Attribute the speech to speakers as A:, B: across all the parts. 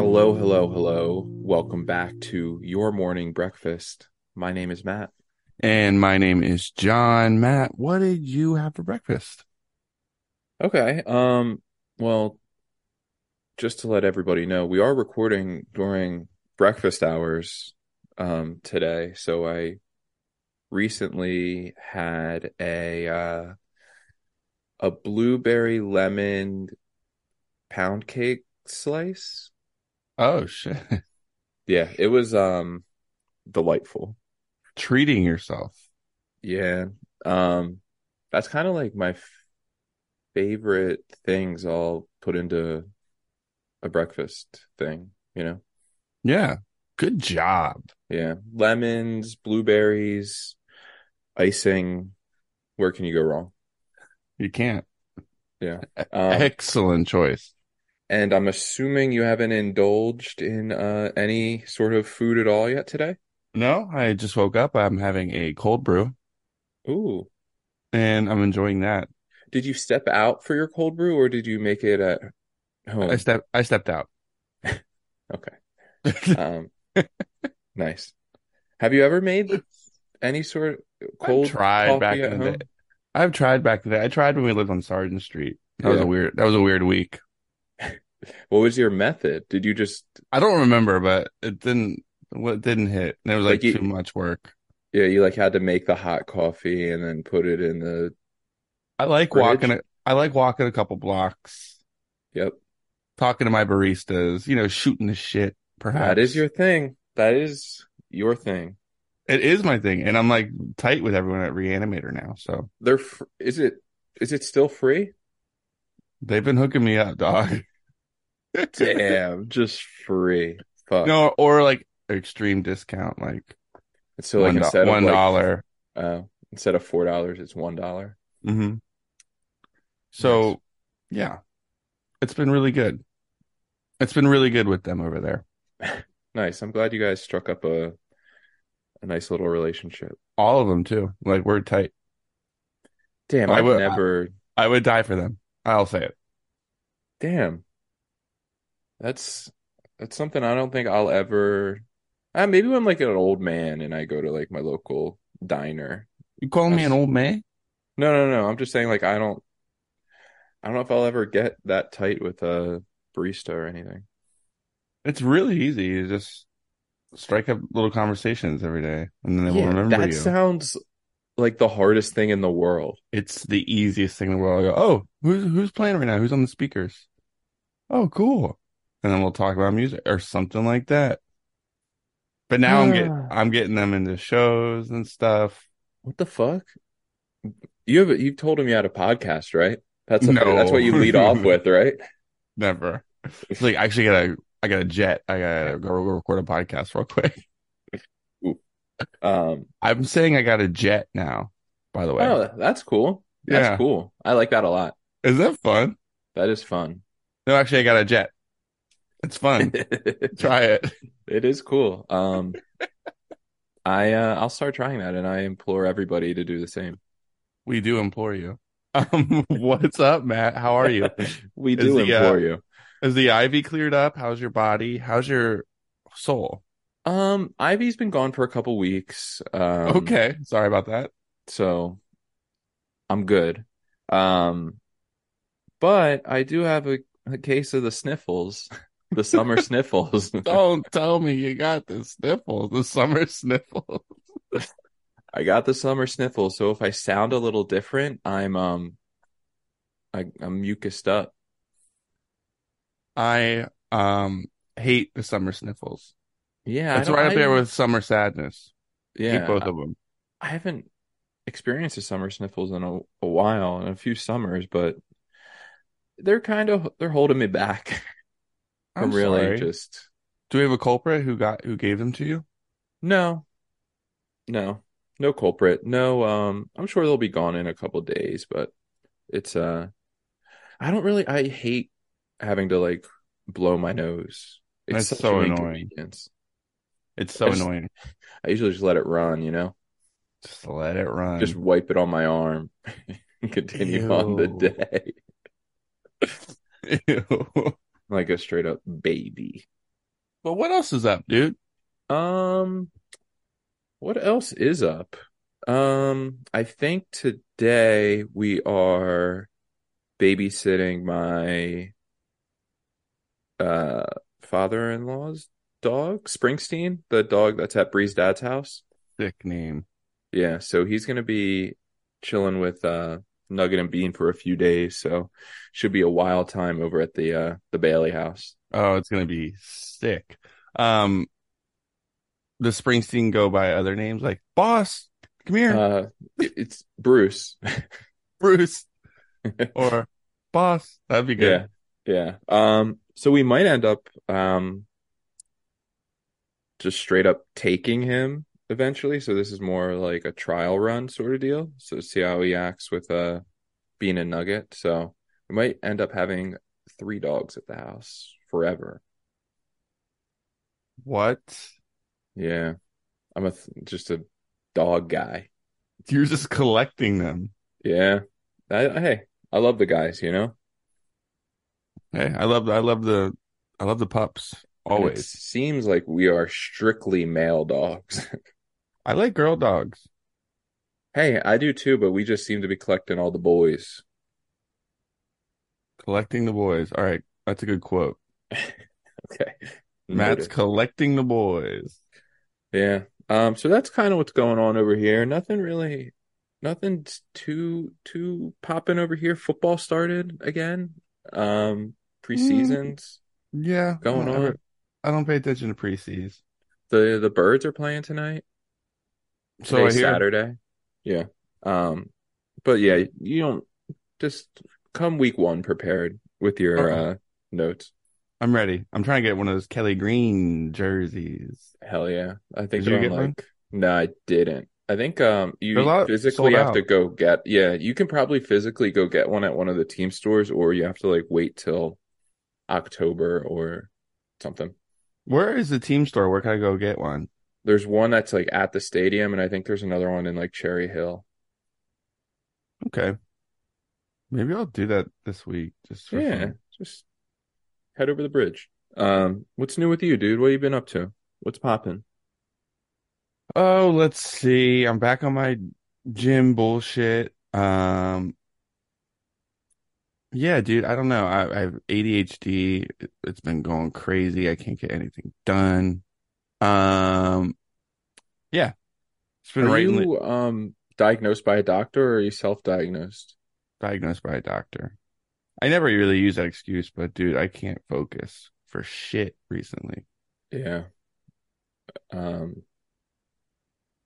A: Hello, hello. Welcome back to your morning breakfast. My name is Matt.
B: And my name is John. Matt, what did you have for breakfast?
A: Okay. Um well, just to let everybody know, we are recording during breakfast hours um today, so I recently had a uh a blueberry lemon pound cake slice.
B: Oh, shit.
A: Yeah, it was um delightful.
B: Treating yourself.
A: Yeah. Um that's kind of like my f- favorite things all put into a breakfast thing, you know.
B: Yeah. Good job.
A: Yeah. Lemons, blueberries, icing. Where can you go wrong?
B: You can't.
A: Yeah.
B: Uh,
A: Um,
B: Excellent choice.
A: and I'm assuming you haven't indulged in uh any sort of food at all yet today?
B: No, I just woke up. I'm having a cold brew
A: Ooh.
B: and I'm enjoying that.
A: Did you step out for your cold brew or did you make it at home?
B: I step I stepped out.
A: Okay. Um, nice. Have you ever made any sort of cold
B: I've tried
A: coffee
B: back
A: at
B: in the
A: home?
B: day. I've tried back in the day. I tried when we lived on Sargent Street. That was
A: Yeah.
B: a weird that was a weird week.
A: What was your method? Did you just
B: I don't remember, but it didn't what didn't hit. And it was like,
A: Like you-
B: too much work.
A: yeah, you like had to make the hot coffee and then put it in the
B: I like
A: Fridge?
B: walking a, I like walking a couple blocks.
A: yep.
B: talking to my baristas, you know, shooting the shit, perhaps.
A: That is your thing. That is your thing.
B: it is my thing. And I'm like tight with everyone at Reanimator now. So
A: They're fr- is it is it still free?
B: they've been hooking me up, dog.
A: Damn, just free. Fuck.
B: no, or like extreme discount, like
A: And so like
B: one, do-
A: instead
B: one
A: of like,
B: dollar.
A: uh, instead of four dollars, it's one dollar.
B: hmm So
A: Nice.
B: yeah, it's been really good. It's been really good with them over there.
A: Nice. I'm glad you guys struck up a a nice little relationship.
B: All of them too. Like we're tight.
A: Damn,
B: I
A: I've
B: would-
A: never.
B: I would die for them. I'll say it.
A: Damn, that's that's something I don't think I'll ever. Uh, maybe when I'm like an old man and I go to like my local diner.
B: You call me
A: That's-
B: an old man?
A: No, no, no. I'm just saying like I don't. I don't know if I'll ever get that tight with a barista or anything.
B: It's really easy. You just strike up little conversations every day, and then they will remember
A: that
B: you.
A: sounds like the hardest thing in the world.
B: it's the easiest thing in the world. I go, oh, who's who's playing right now? Who's on the speakers? Oh, cool. And then we'll talk about music or something like that. But now I'm get I'm getting them into shows and stuff.
A: What the fuck? You have you told him you had a podcast, right? That's a,
B: No.
A: that's what you lead off with, right?
B: Never. It's like I actually gotta I gotta jet. I gotta go record a podcast real quick.
A: Um,
B: I'm saying I got a jet now, by the way.
A: oh, that's cool. That's
B: Yeah.
A: cool. I like that a lot.
B: Is that fun?
A: That is fun.
B: No, actually I got a jet. It's fun.
A: it
B: Try it.
A: is cool. Um, I uh, I'll start trying that, and I implore everybody to do the same.
B: We do implore you. Um, what's up, Matt? How are you?
A: we
B: Is
A: do
B: the, uh,
A: implore you.
B: Is the ivy cleared up? How's your body? How's your soul?
A: Um, Ivy's been gone for a couple weeks. Um,
B: okay. Sorry about that.
A: so I'm good. Um, but I do have a, a case of the sniffles, the summer sniffles.
B: Don't tell me you got the sniffles, the summer sniffles.
A: I got the summer sniffles, so if I sound a little different, I'm um, I, I'm mucused up.
B: I um hate the summer sniffles.
A: Yeah, I
B: It's
A: don't-
B: right up
A: I-
B: there with summer sadness.
A: yeah.
B: hate both of them.
A: I haven't experienced the summer sniffles in a, a while, in a few summers, but they're kind of they're holding me back
B: I'm,
A: from really
B: sorry.
A: just
B: Do we have a culprit who got who gave them to you?
A: no, no, no culprit, no. Um, I'm sure they'll be gone in a couple days, but it's uh, I don't really. I hate having to like blow my nose.
B: That's
A: It's such
B: so
A: an
B: annoying.
A: inconvenience.
B: It's so
A: I just-
B: annoying.
A: I usually just let it run, you know,
B: Just let it run.
A: just wipe it on my arm and continue on the
B: Ew.
A: day
B: Ew.
A: like a straight up baby.
B: But what else is up, dude?
A: Um, what else is up? Um, I think today we are babysitting my uh father-in-law's dog, Springsteen, the dog that's at Bree's dad's house.
B: Sick name.
A: Yeah, so he's gonna be chilling with uh Nugget and Bean for a few days, so should be a wild time over at the uh the Bailey house.
B: Oh, it's gonna be sick. Um, does Springsteen go by other names like Boss? Come here,
A: Uh it- it's Bruce.
B: Bruce, or Boss. That'd be good.
A: Yeah. Yeah. Um so we might end up um just straight up taking him eventually. So this is more like a trial run sort of deal. So see how he acts with uh being a nugget. So we might end up having three dogs at the house forever.
B: What?
A: Yeah. I'm a th- just a dog guy.
B: You're just collecting them.
A: Yeah. I, I- hey, I love the guys, you know?
B: Hey, I love, I love the, I love the pups
A: And
B: always.
A: It seems like we are strictly male dogs.
B: I like girl dogs.
A: Hey, I do too, but we just seem to be collecting all the boys.
B: Collecting the boys. All right, that's a good quote.
A: Okay.
B: Matt's
A: Noted.
B: collecting the boys.
A: Yeah. Um, so that's kind of what's going on over here. Nothing really, nothing's too too popping over here. Football started again. Um,
B: Mm.
A: preseasons
B: Yeah,
A: going
B: I-
A: on.
B: I don't pay attention to pre-seas.
A: The the birds are playing tonight.
B: So I
A: Today's
B: hear.
A: Saturday. Yeah. Um, but yeah, you don't just come week one prepared with your
B: Okay.
A: uh notes.
B: I'm ready. I'm trying to get one of those Kelly Green jerseys.
A: Hell yeah. I
B: Did you
A: think they're on
B: get one?
A: like no, I didn't. I think um you
B: There's a lot
A: physically
B: sold
A: have to
B: out.
A: go get yeah, you can probably physically go get one at one of the team stores or you have to like wait till October or something.
B: Where is the team store? Where can I go get one?
A: There's one that's like at the stadium and I think there's another one in like Cherry Hill.
B: Okay, maybe I'll do that this week just for
A: Yeah,
B: fun.
A: just head over the bridge. Um, what's new with you, dude? What have you been up to? What's popping?
B: Oh, let's see. I'm back on my gym bullshit. Um, yeah, dude. I don't know. I, I have ADHD. It- It's been going crazy. I can't get anything done. Um, yeah, it's been
A: Are
B: right in the-
A: you um diagnosed by a doctor or are you self-diagnosed?
B: diagnosed by a doctor. I never really use that excuse, but dude, I can't focus for shit recently.
A: Yeah. Um,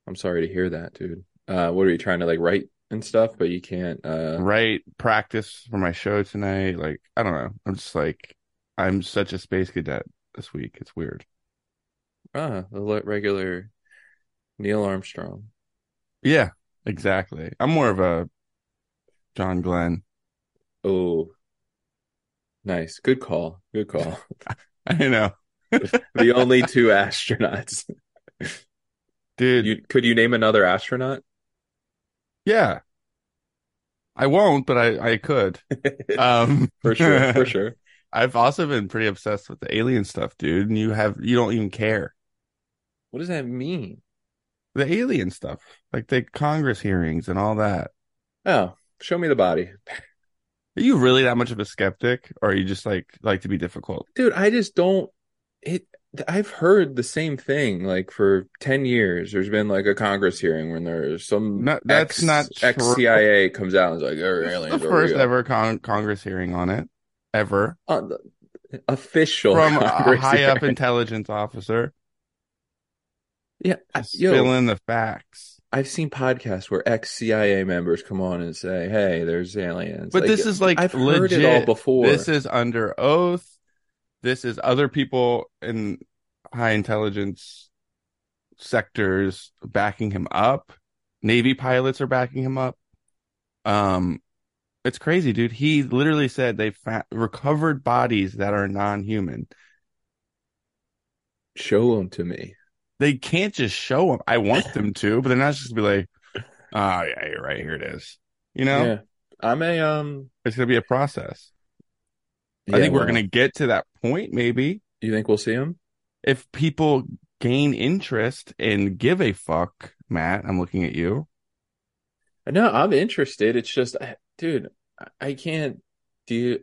A: I'm sorry to hear that, dude. Uh, what are you trying to like write and stuff, but you can't, uh,
B: Right? Practice for my show tonight. Like, I don't know. I'm just like, I'm such a space cadet this week. It's weird.
A: ah, the le- regular Neil Armstrong.
B: Yeah, exactly. I'm more of a John Glenn.
A: Oh, nice. Good call. Good call.
B: I know,
A: The only two astronauts.
B: dude.
A: You could you name another astronaut?
B: yeah, I won't, but I I could. Um,
A: For sure, for sure.
B: I've also been pretty obsessed with the alien stuff, dude. And you have you don't even care.
A: What does that mean?
B: the alien stuff, like the Congress hearings and all that.
A: Oh, show me the body.
B: Are you really that much of a skeptic, or are you just like like to be difficult?
A: Dude, I just don't it I've heard the same thing like for 10 years. There's been like a Congress hearing when there's some
B: No, that's
A: ex,
B: not true.
A: ex CIA comes out and is like, "Oh,
B: This is
A: aliens
B: the
A: are
B: first
A: real."
B: ever con- Congress hearing on it, ever
A: Uh, the- official
B: from a
A: Oh, Congress
B: high up
A: hearing.
B: intelligence officer
A: Yeah, I,
B: just
A: yo,
B: spilling the facts.
A: I've seen podcasts where ex CIA members come on and say, "Hey, there's aliens."
B: But
A: Like,
B: this is like
A: I've
B: legit.
A: heard it all before.
B: This is under oath. This is other people in high intelligence sectors backing him up. Navy pilots are backing him up. Um, it's crazy, dude. He literally said they fa- recovered bodies that are non-human.
A: Show them to me.
B: They can't just show them. I want them to, but they're not just gonna be like, "Oh yeah, you're right. Here it is." You know,
A: Yeah, I'm a um.
B: it's gonna be a process. I
A: yeah,
B: think we're
A: well,
B: gonna get to that point, maybe.
A: You think we'll see them?
B: if people gain interest and give a fuck, Matt, I'm looking at you.
A: No, I'm interested. It's just, I- dude, I- I can't do.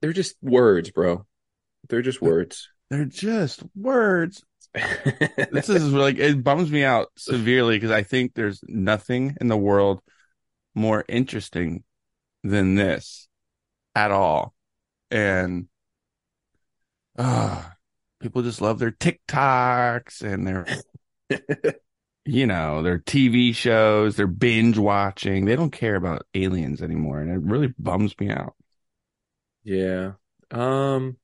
A: They're just words, bro. They're just words.
B: They're just words. This is like it bums me out severely because I think there's nothing in the world more interesting than this at all. And ah, people just love their TikToks and their you know, their TV shows, their binge watching. They don't care about aliens anymore. And it really bums me out.
A: Yeah. Um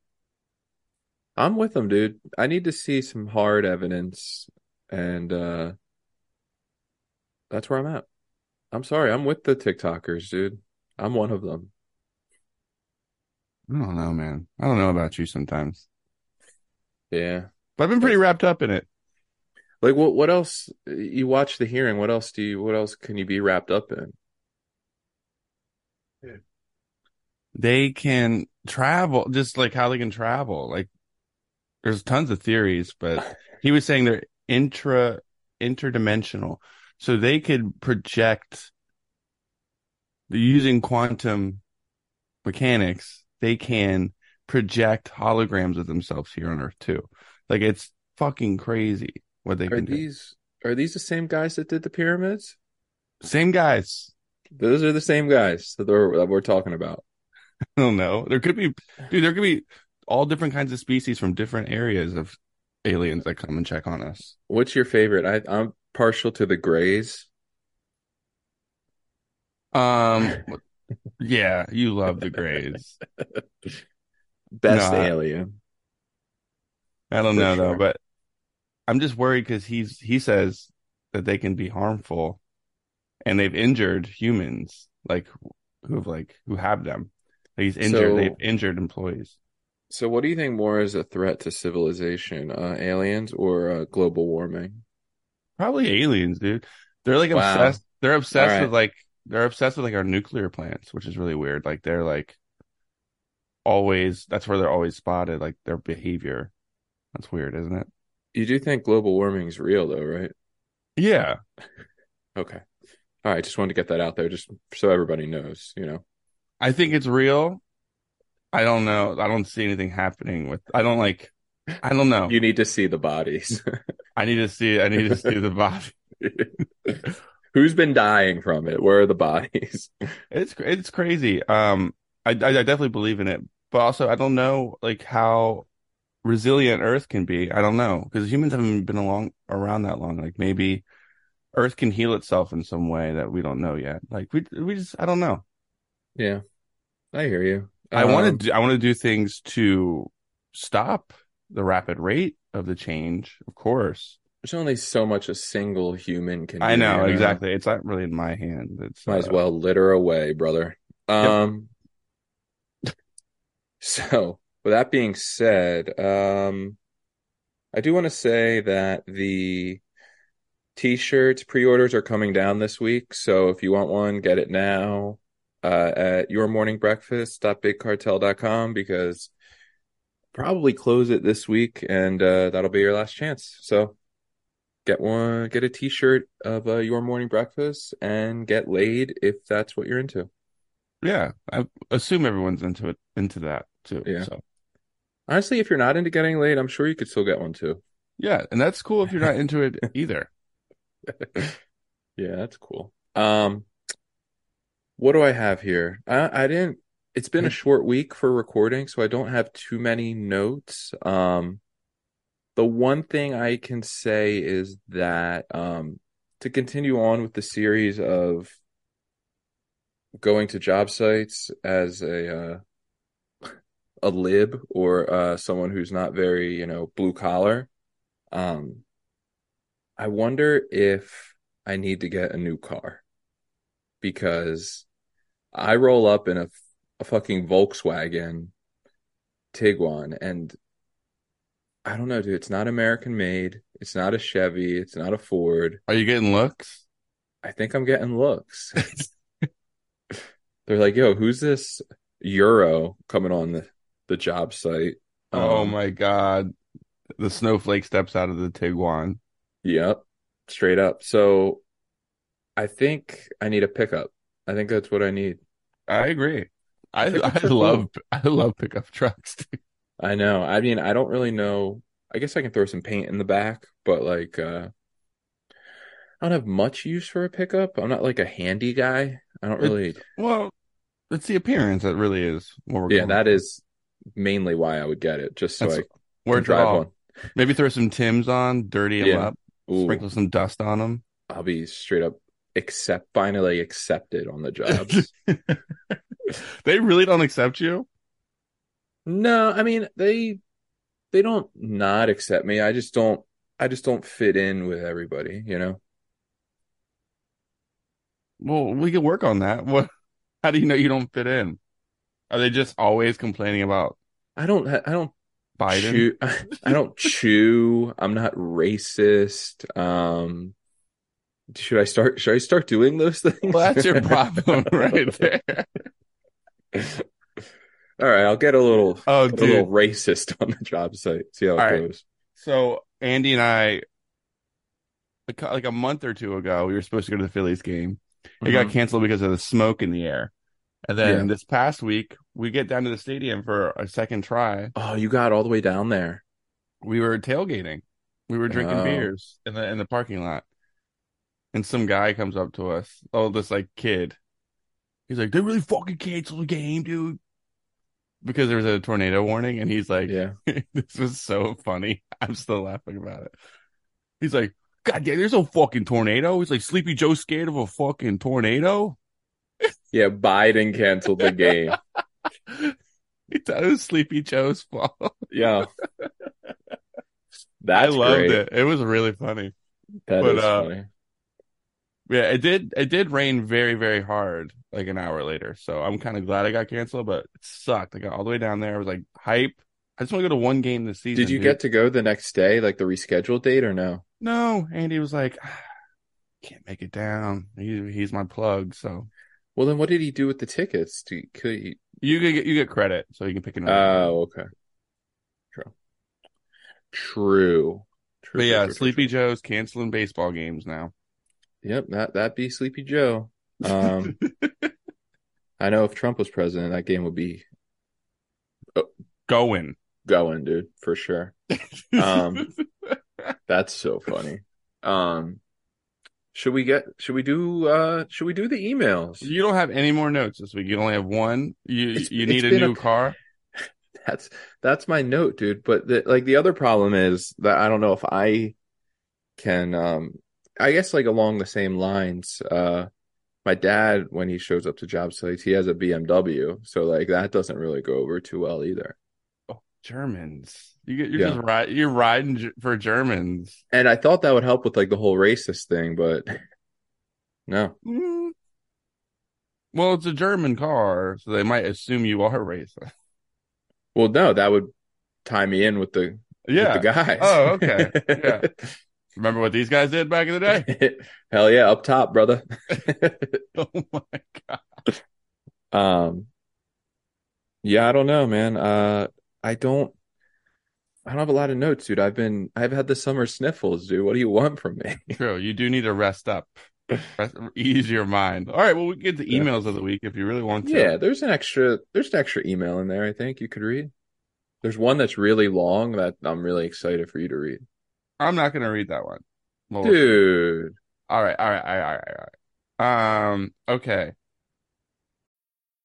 A: I'm with them, dude. I need to see some hard evidence and uh that's where I'm at. I'm sorry, I'm with the TikTokers, dude. I'm one of them.
B: I don't know, man. I don't know about you sometimes,
A: Yeah.
B: but I've been pretty wrapped up in it.
A: Like what what else you watch the hearing, what else do you what else can you be wrapped up in?
B: They can travel just like how they can travel. Like there's tons of theories, but he was saying they're intra interdimensional. So they could project using quantum mechanics, they can project holograms of themselves here on Earth too. Like it's fucking crazy what they
A: Are
B: can do.
A: these are these the same guys that did the pyramids?
B: Same guys.
A: Those are the same guys that we're, that we're talking about.
B: I don't know. There could be, dude. There could be all different kinds of species from different areas of aliens that come and check on us.
A: What's your favorite? I I'm partial to the grays.
B: Um, yeah, you love the Greys.
A: Best
B: No, I-
A: alien.
B: I don't
A: For
B: know
A: sure.
B: though, but I'm just worried because he's he says that they can be harmful, and they've injured humans like who have like who have them. Like, he's injured.
A: So-
B: they've injured employees.
A: So, what do you think more is a threat to civilization, uh, aliens or uh, global warming?
B: Probably aliens, dude. They're like
A: Wow.
B: obsessed. They're obsessed
A: All right.
B: with like they're obsessed with like our nuclear plants, which is really weird. Like they're like always. That's where they're always spotted. Like their behavior. That's weird, isn't it?
A: You do think global warming's real, though, right?
B: Yeah.
A: Okay. All right. Just wanted to get that out there, just so everybody knows, you know.
B: I think it's real. I don't know. I don't see anything happening with. I don't like. I don't know.
A: You need to see the bodies.
B: I need to see. I need to see the body.
A: Who's been dying from it? Where are the bodies?
B: It's it's crazy. Um, I, I I definitely believe in it, but also I don't know like how resilient Earth can be. I don't know because humans haven't been along around that long. Like maybe Earth can heal itself in some way that we don't know yet. Like we we just I don't know.
A: Yeah. I hear you.
B: I
A: Um,
B: want to I want to do things to stop the rapid rate of the change. Of course,
A: There's only so much a single human can
B: I
A: do,
B: know
A: you
B: exactly. It's not really in my hand. It's
A: Might as
B: uh,
A: well litter away, brother. Um, so with that being said, um, I do want to say that the t-shirts pre-orders are coming down this week. So if you want one, get it now uh, at yourmorningbreakfast.bigcartel.com because probably close it this week and uh, that'll be your last chance. So get one get a t-shirt of uh, your morning breakfast and get laid if that's what you're into
B: Yeah, I assume everyone's into it into that too.
A: Yeah.
B: So.
A: honestly if you're not into getting laid i'm sure you could still get one too
B: Yeah, and that's cool if you're not into it either.
A: yeah that's cool um what do i have here i, I didn't it's been a short week for recording so i don't have too many notes um the one thing i can say is that um to continue on with the series of going to job sites as a uh, a lib or uh, someone who's not very you know blue collar. Um, I wonder if I need to get a new car because I roll up in a, a fucking Volkswagen Tiguan and I don't know, dude. It's not American made. It's not a Chevy. It's not a Ford.
B: Are you getting looks?
A: I think I'm getting looks. They're like, yo, who's this Euro coming on the, the job site?
B: oh
A: Um,
B: my god. The snowflake steps out of the Tiguan.
A: Yep. Straight up. So I think I need a pickup. I think that's what I need.
B: I agree. I I
A: Pickups are
B: love I love pickup trucks. dude.
A: I know. I mean, I don't really know. I guess I can throw some paint in the back, but like uh I don't have much use for a pickup. I'm not like a handy guy. I don't
B: It's-
A: really
B: Well, it's the appearance that really is what we're
A: Yeah,
B: going
A: that
B: for.
A: is mainly why I would get it, just so
B: That's
A: I
B: Word
A: can
B: to
A: drive
B: all.
A: one.
B: Maybe throw some Tim's on, dirty them
A: Yeah.
B: up,
A: Ooh,
B: sprinkle some dust on them.
A: I'll be straight up accept finally accepted on the jobs.
B: They really don't accept you.
A: No, I mean they they don't not accept me. I just don't I just don't fit in with everybody, you know.
B: Well, we could work on that. What? How do you know you don't fit in? Are they just always complaining about
A: I don't I don't
B: Biden?
A: chew I don't chew. I'm not racist. Um should I start should I start doing those things?
B: Well, that's your problem right there.
A: All right, I'll get a little
B: Oh,
A: get a little
B: dude.
A: racist on the job site. See how it
B: All right.
A: goes.
B: So Andy and I, a cou- like a month or two ago, we were supposed to go to the Phillies game. It got
A: Mhm.
B: canceled because of the smoke in the air. And then
A: Yeah.
B: this past week, we get down to the stadium for a second try.
A: Oh, you got all the way down there.
B: we were tailgating. We were drinking
A: Oh.
B: beers in the in the parking lot. And some guy comes up to us. Oh, this like kid. He's like, they really fucking canceled the game, dude. Because there was a tornado warning, and he's like,
A: Yeah.
B: This was so funny. I'm still laughing about it. He's like, God damn, there's no fucking tornado. He's like, Sleepy Joe scared of a fucking tornado.
A: Yeah, Biden canceled the game.
B: He thought it was Sleepy Joe's fault.
A: Yeah.
B: I
A: That's
B: loved
A: great.
B: it. It was really funny.
A: That
B: But,
A: is
B: uh,
A: funny.
B: Yeah, it did. It did rain very, very hard. Like an hour later, so I'm kind of glad I got canceled, but it sucked. I got all the way down there. I was like hype. I just want to go to one game this season.
A: Did you
B: dude.
A: get to go the next day, like the rescheduled date, or no?
B: No, Andy was like, "Ah, can't make it down. He, he's my plug, so
A: Well, then what did he do with the tickets? Do you, could he,
B: you could get you get credit, so you can pick another. game.
A: oh, okay. True. True. True.
B: but
A: true,
B: yeah,
A: true, true,
B: Sleepy
A: true.
B: Joe's canceling baseball games now.
A: Yep, that that be Sleepy Joe. Um, I know if Trump was president, that game would be
B: Going.
A: going, dude, for sure. Um, That's so funny. Um, should we get? Should we do? uh Should we do the emails?
B: you don't have any more notes this week. You only have one. You
A: It's-
B: you
A: it's
B: need a
A: been a-
B: new car.
A: that's that's my note dude but the, like the other problem is that i don't know if i can um i guess like along the same lines uh my dad when he shows up to job sites he has a bmw so like that doesn't really go over too well either
B: Oh, Germans. You get, you're
A: Yeah.
B: just ri- you're riding Ge- for Germans.
A: and i thought that would help with like the whole racist thing but no
B: Mm. Well, it's a German car, so they might assume you are racist.
A: well no that would tie me in with the
B: Yeah.
A: with the guys
B: Oh, okay. Yeah. Remember what these guys did back in the day?
A: hell yeah up top brother
B: oh my god.
A: Um, yeah, I don't know, man. Uh, I don't, I don't have a lot of notes, dude. I've been, I've had the summer sniffles, dude. What do you want from me?
B: True. You do need to rest up. Rest, ease your mind. All right. Well, we can get the
A: Yeah.
B: emails of the week if you really want to.
A: Yeah, there's an extra, there's an extra email in there. I think you could read. There's one that's really long that I'm really excited for you to read,
B: I'm not going to read that one.
A: Oh,
B: Well,
A: dude.
B: All right. All right. All right. All right. All right. Um. Okay.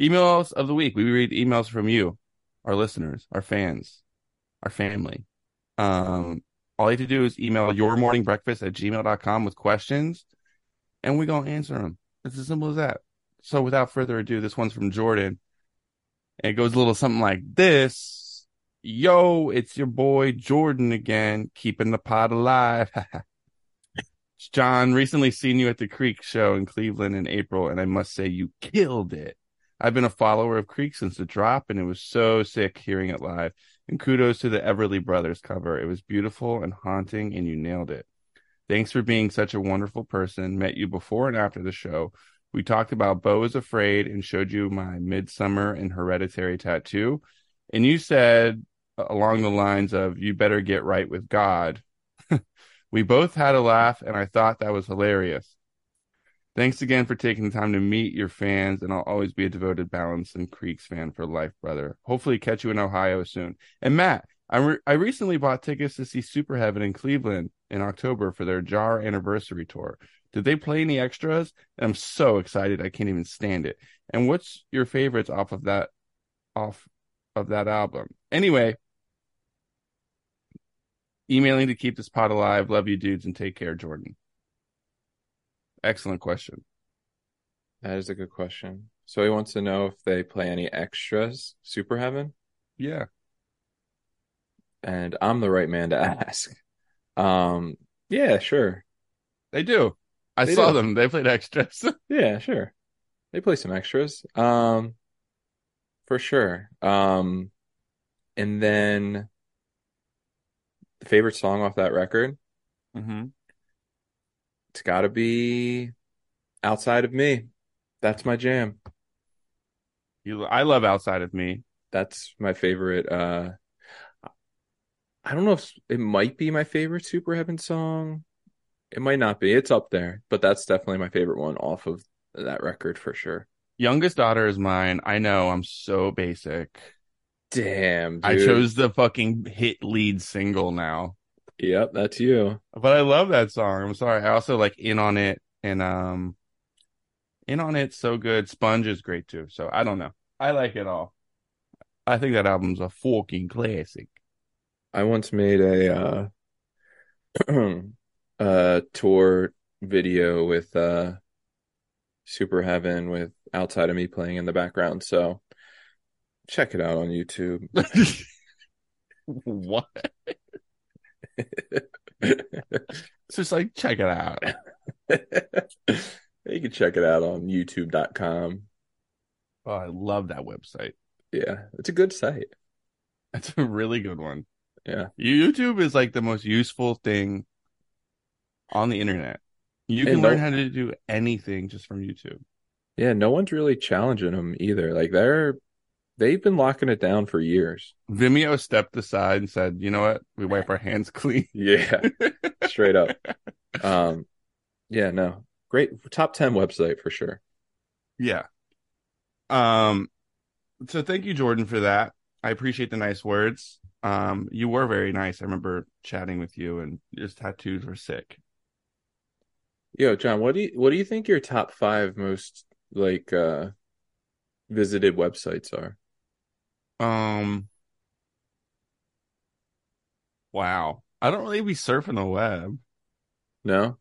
B: Emails of the week. We read emails from you, our listeners, our fans, our family. Um, all you have to do is email your morning breakfast at gmail.com with questions, and we're going to answer them. It's as simple as that. So, without further ado, this one's from Jordan. And it goes a little something like this Yo, it's your boy Jordan again, keeping the pod alive. John, recently seen you at the Creek show in Cleveland in April, and I must say you killed it. I've been a follower of Creek since the drop, and it was so sick hearing it live. And kudos to the Everly Brothers cover. It was beautiful and haunting, and you nailed it. Thanks for being such a wonderful person. Met you before and after the show. We talked about Bo is Afraid and showed you my Midsummer and Hereditary tattoo. And you said along the lines of, You better get right with God. we both had a laugh, and I thought that was hilarious. Thanks again for taking the time to meet your fans, and I'll always be a devoted Balance and Creeks fan for life, brother. Hopefully, catch you in Ohio soon. And Matt, I, re- I recently bought tickets to see Superheaven in Cleveland in October for their Jar anniversary tour. Did they play any extras? And I'm so excited, I can't even stand it. And what's your favorites off of that off of that album? Anyway, emailing to keep this pot alive. Love you, dudes, and take care, Jordan. Excellent question.
A: That is a good question. So he wants to know if they play any extras, Super Heaven,
B: Yeah.
A: and I'm the right man to ask. Um, yeah, sure.
B: They do. I
A: They
B: saw
A: do.
B: them. They played extras.
A: Yeah, sure. They play some extras. Um for sure. Um and then the favorite song off that record,
B: mm-hmm.
A: it's got to be Outside of Me. That's my jam.
B: You, I love Outside of Me.
A: That's my favorite uh I don't know if it might be my favorite Super Heaven song. It might not be. It's up there, but that's definitely my favorite one off of that record for sure.
B: Youngest daughter is mine. I know. I'm so basic.
A: Damn,
B: I
A: dude.
B: chose the fucking hit lead single now,
A: Yep, that's you.
B: but I love that song. I'm sorry. I also like In on It and um, In on It so good. Sponge is great too. So I don't know. I like it all. I think that album's a fucking classic.
A: I once made a uh, a tour video with uh, Super Heaven with outside of me playing in the background. So check it out on YouTube.
B: what? It's just like check it out.
A: you can check it out on YouTube.com.
B: Oh, I love that website.
A: Yeah, it's a good site.
B: That's a really good one.
A: Yeah.
B: YouTube is like the most useful thing on the internet. You
A: And
B: can learn
A: no-
B: how to do anything just from YouTube.
A: Yeah, no one's really challenging them either. Like they're they've been locking it down for years.
B: Vimeo stepped aside and said, "You know what? We wipe our hands clean."
A: Yeah, straight up. Um, yeah, no, great top ten website for sure.
B: Yeah. Um so thank you Jordan for that. I appreciate the nice words. Um you were very nice. I remember chatting with you and your tattoos were sick.
A: Yo, John, what do you what do you think your top five most like uh visited websites are?
B: Um Wow. I don't really be surfing the web.
A: No?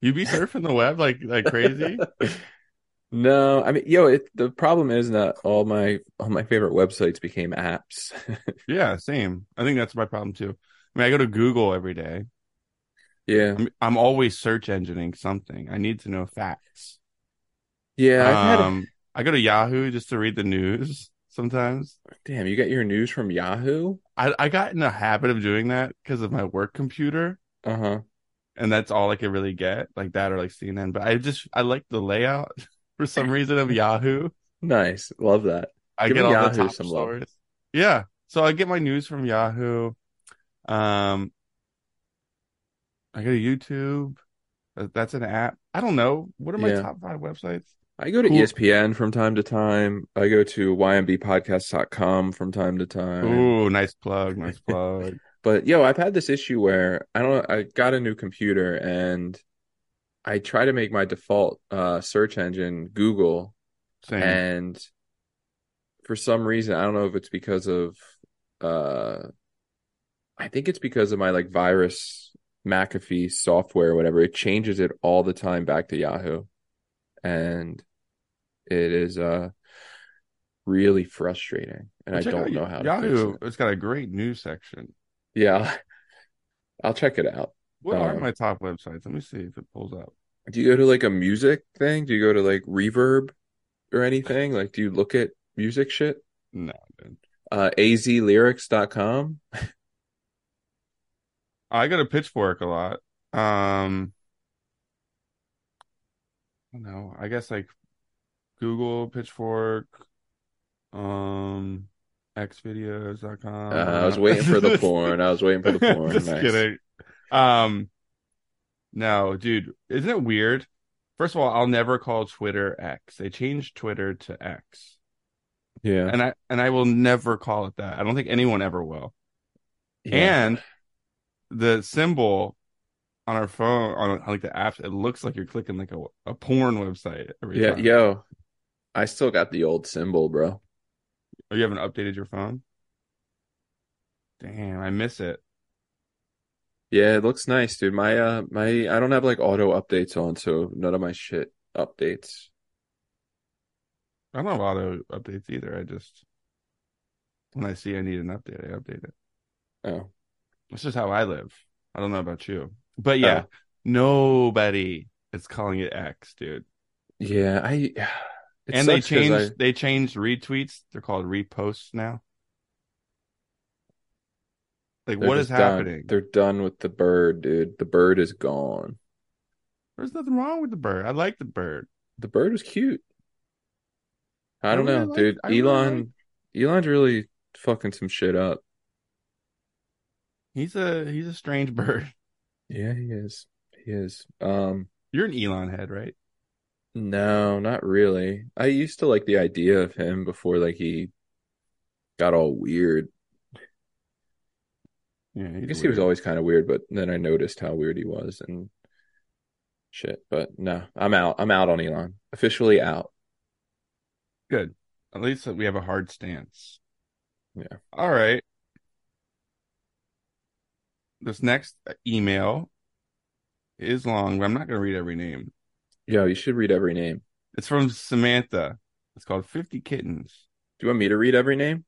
B: You be surfing the web like like crazy?
A: No, I mean, yo, it, the problem is that all my all my favorite websites became apps.
B: yeah, same. I think that's my problem too. I mean, I go to Google every day.
A: Yeah.
B: I'm, I'm always search engineing something. I need to know facts.
A: Yeah, I've had
B: um, I go to Yahoo just to read the news sometimes.
A: damn, you get your news from Yahoo?
B: I, I got in the habit of doing that because of my work computer,
A: Uh-huh.
B: and that's all I could really get, like that or like CNN. But I just I like the layout for some reason of Yahoo.
A: Nice. Love that.
B: I
A: Give
B: get all
A: Yahoo
B: the top
A: some love.
B: stories. Yeah, so I get my news from Yahoo. Um, I go to YouTube. That- That's an app. I don't know. What are my
A: Yeah.
B: top five websites?
A: I go to E
B: Cool.
A: ESPN from time to time. I go to ymbpodcast.com from time to time.
B: Ooh, nice plug. Nice plug.
A: But yo, I've had this issue where I don't I got a new computer and I try to make my default uh search engine Google
B: Same.
A: and for some reason I don't know if it's because of uh I think it's because of my like virus McAfee software or whatever. It changes it all the time back to Yahoo. And it is uh really frustrating, and I
B: Check
A: don't
B: out
A: know how to
B: Yahoo.
A: fix it.
B: It's got a great news section.
A: Yeah, I'll check it out.
B: What are
A: Um,
B: my top websites? Let me see if it pulls up.
A: Do you go to like a music thing? Do you go to like Reverb or anything? Like, do you look at music shit?
B: No, dude.
A: Uh, azlyrics.com.
B: I go to Pitchfork a lot. Um, I don't know. I guess like Google, Pitchfork, um, xvideos.com.
A: Uh, I was waiting for the porn. I was waiting for the porn.
B: Uh-huh. Just
A: Nice.
B: kidding. Um, no, dude, isn't it weird? First of all, I'll never call Twitter X. They changed Twitter to X,
A: Yeah.
B: and I and I will never call it that. I don't think anyone ever will.
A: Yeah.
B: And the symbol on our phone, on, on like the apps, it looks like you're clicking like a, a porn website every
A: yeah,
B: time.
A: yo, I still got the old symbol, bro.
B: Or Oh, you haven't updated your phone? Damn, I miss it.
A: Yeah, it looks nice, dude. My uh my I don't have like auto updates on, so none of my shit updates.
B: I don't have auto updates either. I just, when I see I need an update, I update it.
A: Oh.
B: This is how I live. I don't know about you.
A: Uh,
B: But yeah, nobody is calling it X, dude.
A: Yeah, I it
B: and they
A: sucks 'cause I-
B: changed they changed retweets. They're called reposts now. Like
A: they're
B: what is
A: just done.
B: happening?
A: They're done with the bird, dude. The bird is gone.
B: There's nothing wrong with the bird. I like the bird.
A: The bird was cute. I
B: I
A: don't
B: really
A: know,
B: like-
A: dude.
B: I really
A: Elon Elon's really fucking some shit up.
B: He's a he's a strange bird.
A: Yeah, he is. He is. Um
B: You're an Elon head, right?
A: No, not really. I used to like the idea of him before like he got all weird.
B: Yeah,
A: I guess he was always kind of weird, but then I noticed how weird he was and shit. But no, I'm out. I'm out on Elon. Officially out.
B: good. At least we have a hard stance.
A: Yeah.
B: All right. This next email is long, but I'm not gonna read every name.
A: Yo, you should read every name.
B: It's from Samantha. It's called 50 Kittens.
A: Do you want me to read every name?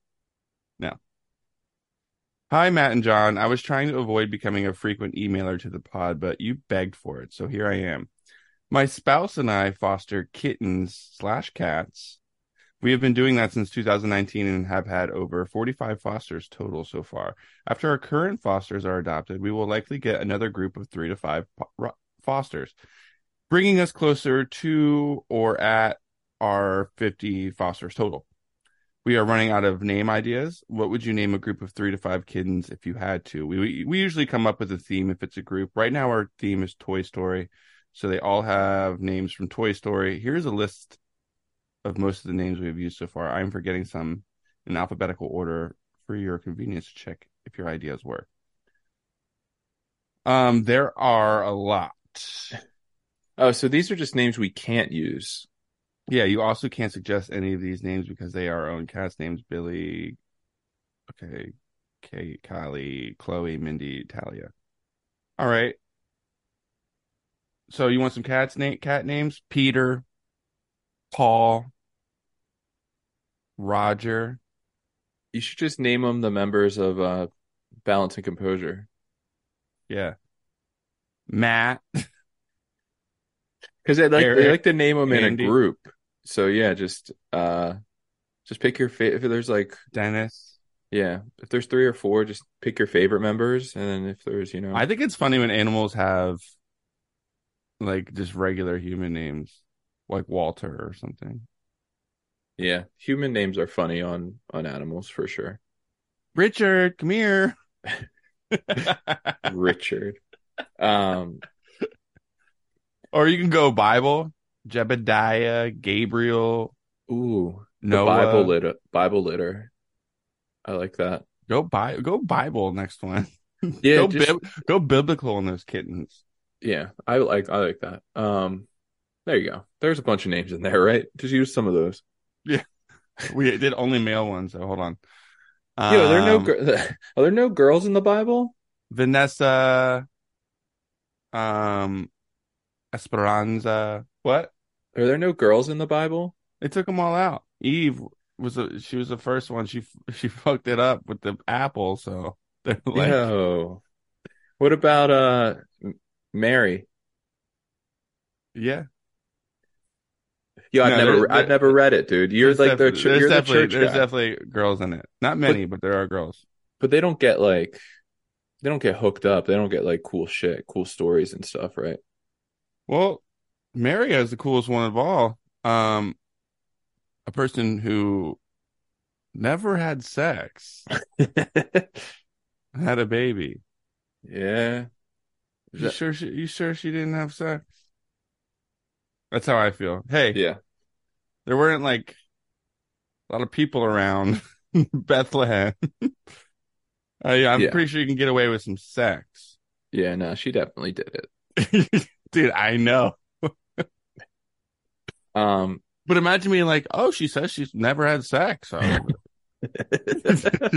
B: Hi, Matt and John. I was trying to avoid becoming a frequent emailer to the pod, but you begged for it, so here I am. My spouse and I foster kittens slash cats. We have been doing that since 2019 and have had over 45 fosters total so far. After our current fosters are adopted, we will likely get another group of three to five po- ro- fosters, bringing us closer to or at our 50 fosters total. We are running out of name ideas. What would you name a group of three to five kittens if you had to? We we, we usually come up with a theme if it's a group. Right now, our theme is Toy Story, so they all have names from Toy Story. Here's a list of most of the names we have used so far. I'm forgetting some in alphabetical order for your convenience. to Check if your ideas were. Um, there are a lot.
A: Oh, so these are just names we can't use.
B: Yeah, you also can't suggest any of these names because they are our own cast names. Billy, okay, Kay, Kylie, Chloe, Mindy, Talia. All right. So you want some cats name cat names? Peter, Paul, Roger.
A: You should just name them the members of uh Balance and Composure.
B: Yeah. Matt.
A: Because they like they
B: Eric,
A: like to name them in a
B: Andy.
A: group. So yeah, just uh just pick your favorite. If there's like
B: Dennis.
A: Yeah, if there's three or four, just pick your favorite members, and then if there's, you know,
B: I think it's funny when animals have like just regular human names, like Walter or something.
A: yeah, human names are funny on on animals for sure.
B: Richard, come here.
A: Richard, um,
B: or you can go Bible, Jebediah, Gabriel,
A: ooh, the
B: Noah.
A: Bible litter, Bible litter, I like that.
B: Go Bi- go Bible next one.
A: Yeah,
B: go,
A: just-
B: bib- go biblical on those kittens.
A: Yeah, I like I like that. Um, there you go. There's a bunch of names in there, right? Just use some of those.
B: We did only male ones, so hold on.
A: Yeah, are there no
B: Um,
A: gir- are there no girls in the Bible?
B: Vanessa, um, Esperanza. What?
A: Are there no girls in the Bible?
B: They took them all out. Eve was a, she was the first one. She she fucked it up with the apple, so they're like,
A: Yo. What about uh M- Mary?
B: yeah.
A: Yo, I've
B: No,
A: never
B: there-
A: I've
B: there-
A: never read it, dude. You're
B: There's
A: like the
B: defi-
A: ch-
B: there's
A: you're the
B: definitely
A: church
B: there's
A: guy.
B: definitely girls in it. Not many, but there are girls.
A: but they don't get like they don't get hooked up. They don't get like cool shit, cool stories and stuff, right?
B: Well, Mary is the coolest one of all. Um, a person who never had sex had a baby.
A: yeah.
B: You sure she? You sure she didn't have sex? That's how I feel. Hey,
A: Yeah.
B: there weren't like a lot of people around Bethlehem. Uh, yeah, I'm
A: Yeah.
B: pretty sure you can get away with some sex,
A: Yeah, no, she definitely did it.
B: dude. I know.
A: Um
B: But imagine me like, oh, she says she's never had sex. So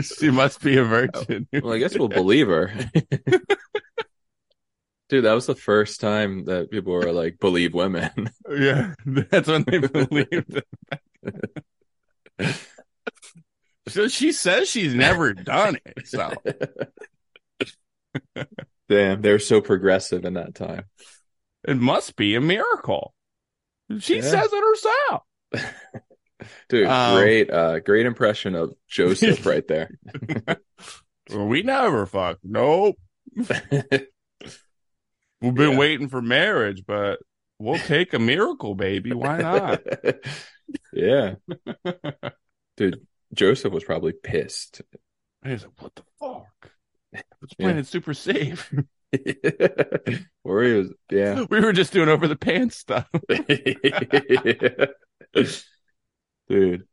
B: she must be a virgin.
A: Well, I guess we'll believe her. Dude, that was the first time that people were like, believe women.
B: Yeah, that's when they believed. it. so she says she's never done it. So
A: Damn, they were so progressive in that time.
B: it must be a miracle. She
A: Yeah.
B: says it herself.
A: Dude,
B: Um,
A: great, uh, great impression of Joseph right there.
B: We never fuck. Nope. We've been
A: Yeah.
B: waiting for marriage, but we'll take a miracle, baby. Why not?
A: yeah. Dude, Joseph was probably pissed.
B: And he's like, what the fuck? It's
A: Yeah.
B: playing it super safe.
A: or he was, yeah.
B: We were just doing over the pants stuff.
A: dude.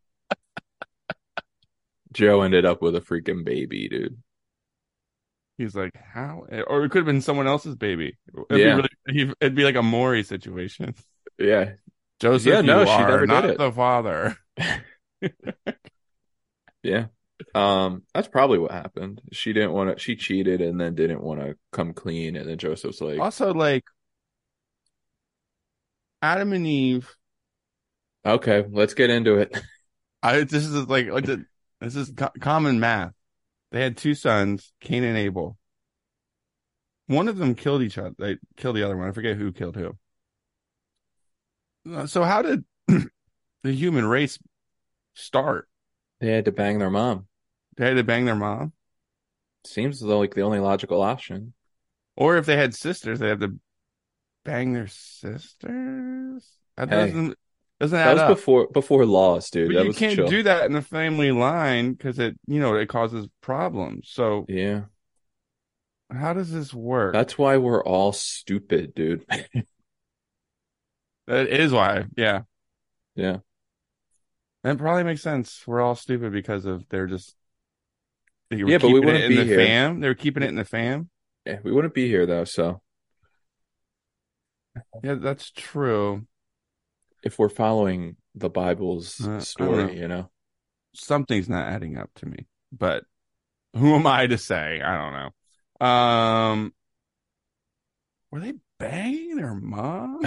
A: Joe ended up with a freaking baby, dude.
B: He's like, how? Or it could have been someone else's baby. It'd,
A: Yeah.
B: be, really, he- it'd be like a Maury situation.
A: Yeah.
B: Joseph,
A: Yeah, no,
B: you
A: she
B: are
A: never did
B: not
A: it.
B: the father.
A: Yeah. Um, that's probably what happened. She didn't want to she cheated and then didn't want to come clean and then Joseph's like,
B: Also, like, Adam and Eve.
A: "Okay, let's get into it."
B: I, this is like, like the- this is co- common math. They had two sons, Cain and Abel. One of them killed each other. They killed the other one. I forget who killed who. Uh, So, how did the human race start?
A: They had to bang their mom.
B: They had to bang their mom.
A: Seems though like the only logical option.
B: Or if they had sisters, they have to bang their sisters. That
A: Hey.
B: doesn't doesn't
A: That
B: add
A: was
B: up.
A: before before laws, dude.
B: but
A: that
B: you
A: was
B: can't
A: chill.
B: do that in the family line because it you know it causes problems. So
A: yeah.
B: how does this work?
A: That's why we're all stupid, dude.
B: that is why, yeah,
A: yeah.
B: that probably makes sense. We're all stupid because of they're just they were
A: Yeah, but we
B: keeping it
A: wouldn't
B: in
A: be
B: the
A: here.
B: fam. They were keeping it in the fam.
A: Yeah, we wouldn't be here though, so
B: Yeah, that's true.
A: if we're following the Bible's
B: Uh, I
A: story,
B: don't know.
A: you know.
B: something's not adding up to me. But who am I to say? I don't know. Um were they banging their mom?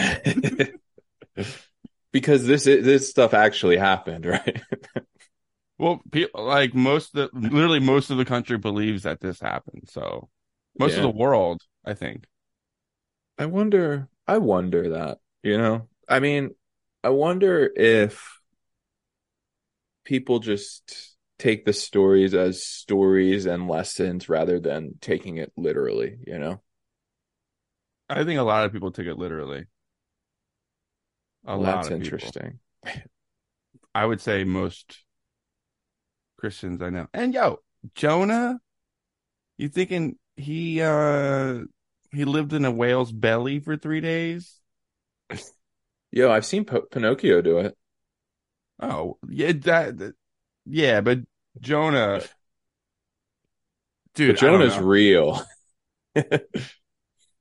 A: because this is, this stuff actually happened, right?
B: well, people like most of the literally most of the country believes that this happened. So most
A: Yeah.
B: of the world, I think.
A: I wonder I wonder that, you know. I mean, I wonder if people just take the stories as stories and lessons rather than taking it literally, you know.
B: I think a lot of people took it literally. A
A: Well,
B: lot
A: that's
B: of people.
A: interesting.
B: I would say most Christians I know. And yo, Jonah, you thinking he uh he lived in a whale's belly for three days?
A: Yo, I've seen po- Pinocchio do it.
B: Oh, yeah, that, that- yeah, but Jonah, dude,
A: But Jonah's real.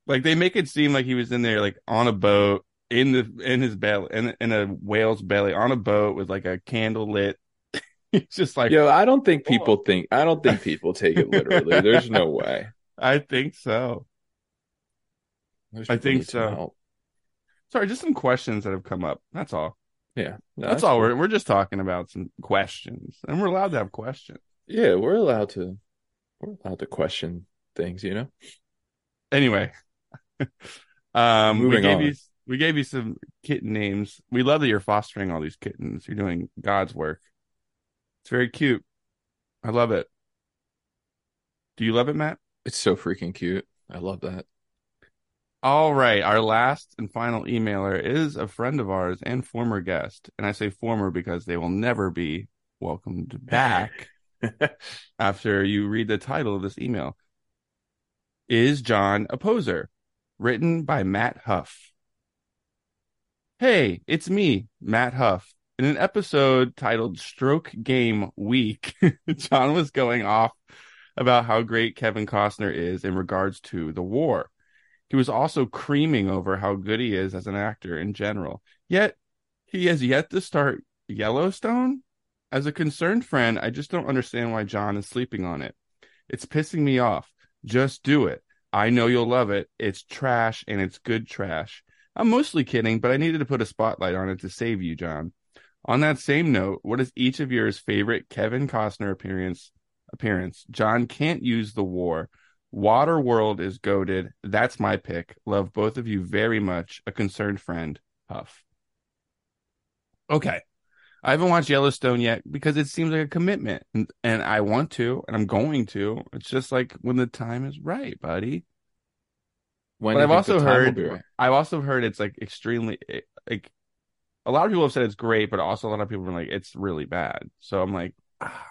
B: like they make it seem like he was in there like on a boat in the in his belly in in a whale's belly on a boat with like a candle lit. He's just like
A: Yo, I don't think people think I don't think people take it literally. There's no way.
B: I think so.
A: Those
B: I
A: people
B: think
A: need
B: so.
A: some help.
B: Sorry, just some questions that have come up. That's all.
A: Yeah. No,
B: That's all we're we're just talking about some questions, and we're allowed to have questions.
A: Yeah, we're allowed to we're allowed to question things, you know?
B: Anyway, um, we
A: Moving
B: gave
A: on.
B: you we gave you some kitten names. We love that you're fostering all these kittens. You're doing God's work. It's very cute. I love it. Do you love it, Matt?
A: It's so freaking cute. I love that.
B: All right. Our last and final emailer is a friend of ours and former guest. And I say former because they will never be welcomed back after you read the title of this email. Is John a poser? Written by Matt Huff. Hey, it's me, Matt Huff. In an episode titled Stroke Game Week, John was going off about how great Kevin Costner is in regards to the war. He was also creaming over how good he is as an actor in general. Yet, he has yet to start Yellowstone. As a concerned friend, I just don't understand why John is sleeping on it. It's pissing me off. Just do it. I know you'll love it. It's trash and it's good trash. I'm mostly kidding, but I needed to put a spotlight on it to save you, John. On that same note, what is each of yours favorite Kevin Costner appearance appearance? John can't use the war. Waterworld is goaded. That's my pick. Love both of you very much. A concerned friend, Huff. Okay. I haven't watched Yellowstone yet because it seems like a commitment and, and I want to and I'm going to. It's just like when the time is right, buddy.
A: When
B: But
A: do
B: I've
A: you think the
B: also
A: time will
B: heard
A: be right?
B: I've also heard it's like extremely eh, like a lot of people have said it's great, but also a lot of people are like it's really bad. So I'm like ah,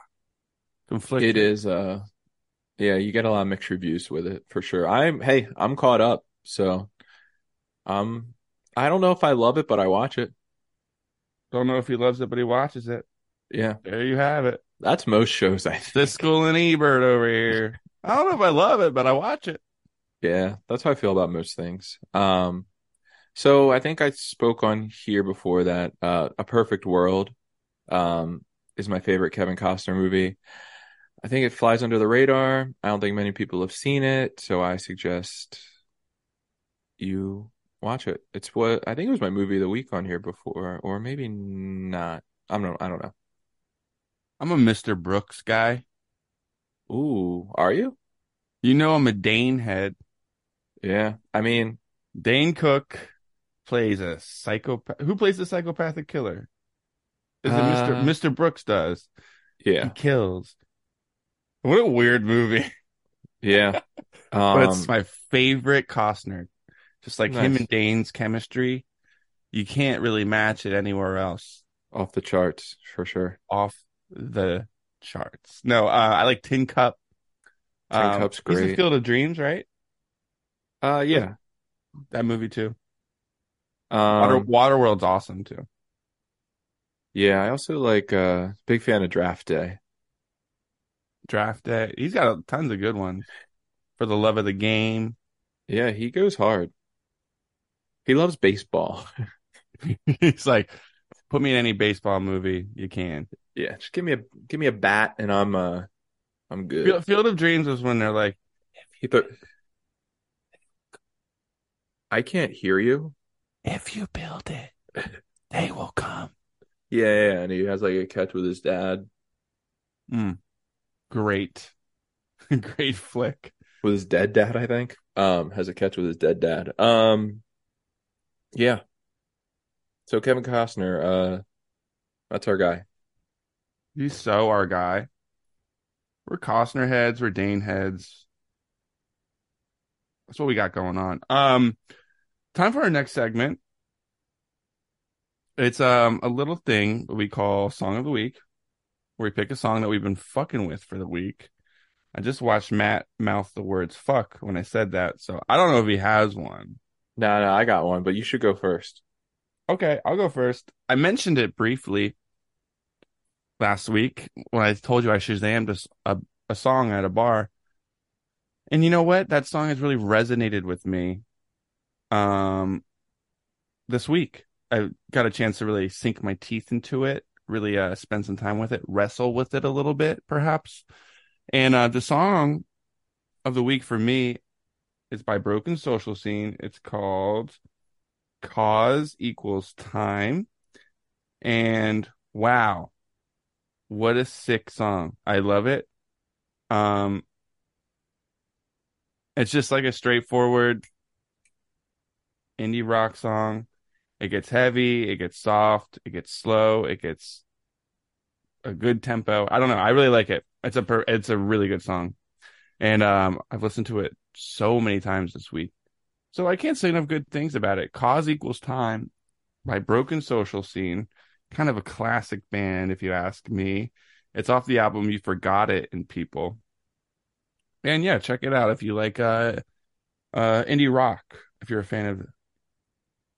B: conflicted.
A: it is uh yeah, you get a lot of mixed reviews with it for sure. I'm hey, I'm caught up, so um I don't know if I love it, but I watch it.
B: Don't know if he loves it, but he watches it.
A: Yeah.
B: There you have it.
A: That's most shows I think.
B: Siskel and Ebert over here. I don't know if I love it, but I watch it.
A: Yeah, that's how I feel about most things. Um, so I think I spoke on here before that uh, A Perfect World um, is my favorite Kevin Costner movie. I think it flies under the radar. I don't think many people have seen it, so I suggest you watch it. It's what I think it was my movie of the week on here before, or maybe not. I don't know. I don't know.
B: I'm a Mr. Brooks guy.
A: Ooh, are you?
B: You know I'm a Dane head.
A: Yeah. I mean,
B: Dane Cook plays a psychopath. Who plays the psychopathic killer? Is it
A: Uh,
B: Mr. Mr. Brooks does? He
A: yeah,
B: kills. What a weird movie.
A: yeah.
B: but it's
A: Um,
B: my favorite Costner. Just like him
A: Nice.
B: and Dane's chemistry, you can't really match it anywhere else.
A: off the charts for sure.
B: Off the charts. No, uh, I like Tin Cup.
A: Tin Cup's
B: he's in
A: great.
B: Field Um, of Dreams, right?
A: Uh, yeah.
B: That movie too. Water,
A: Um,
B: Waterworld's awesome too.
A: yeah, I also like uh big fan of Draft Day.
B: Draft Day. He's got a- tons of good ones. For the love of the game,
A: Yeah, he goes hard. He loves baseball.
B: he's like, put me in any baseball movie you can.
A: Yeah, just give me a give me a bat and I'm uh I'm good.
B: Field, Field of Dreams was when they're like,
A: He thought- I can't hear you.
B: if you build it, they will come.
A: Yeah, yeah, and he has like a catch with his dad,
B: Mm. Great, great flick.
A: with his dead dad, I think. Um, has a catch with his dead dad. Um, yeah. So Kevin Costner, uh, that's our guy.
B: He's so our guy. We're Costner heads. We're Dane heads. That's what we got going on. Um, time for our next segment. It's um a little thing we call Song of the Week, where we pick a song that we've been fucking with for the week. I just watched Matt mouth the words "fuck" when I said that, so I don't know if he has one.
A: No, no, I got one, but you should go first.
B: Okay, I'll go first. I mentioned it briefly last week when I told you I Shazammed a, s- a, a song at a bar. And you know what? That song has really resonated with me um, this week. I got a chance to really sink my teeth into it, really uh, spend some time with it, wrestle with it a little bit, perhaps. And uh, the song of the week for me is by Broken Social Scene. It's called cause equals time and wow, what a sick song! I love it. Um, it's just like a straightforward indie rock song. It gets heavy, it gets soft, it gets slow, it gets a good tempo. I don't know. I really like it. It's a per- it's a really good song, and um, I've listened to it so many times this week, so I can't say enough good things about it. Cause equals time by Broken Social Scene, kind of a classic band if you ask me. It's off the album You Forgot It in People, and yeah, check it out if you like uh, uh, indie rock. If you're a fan of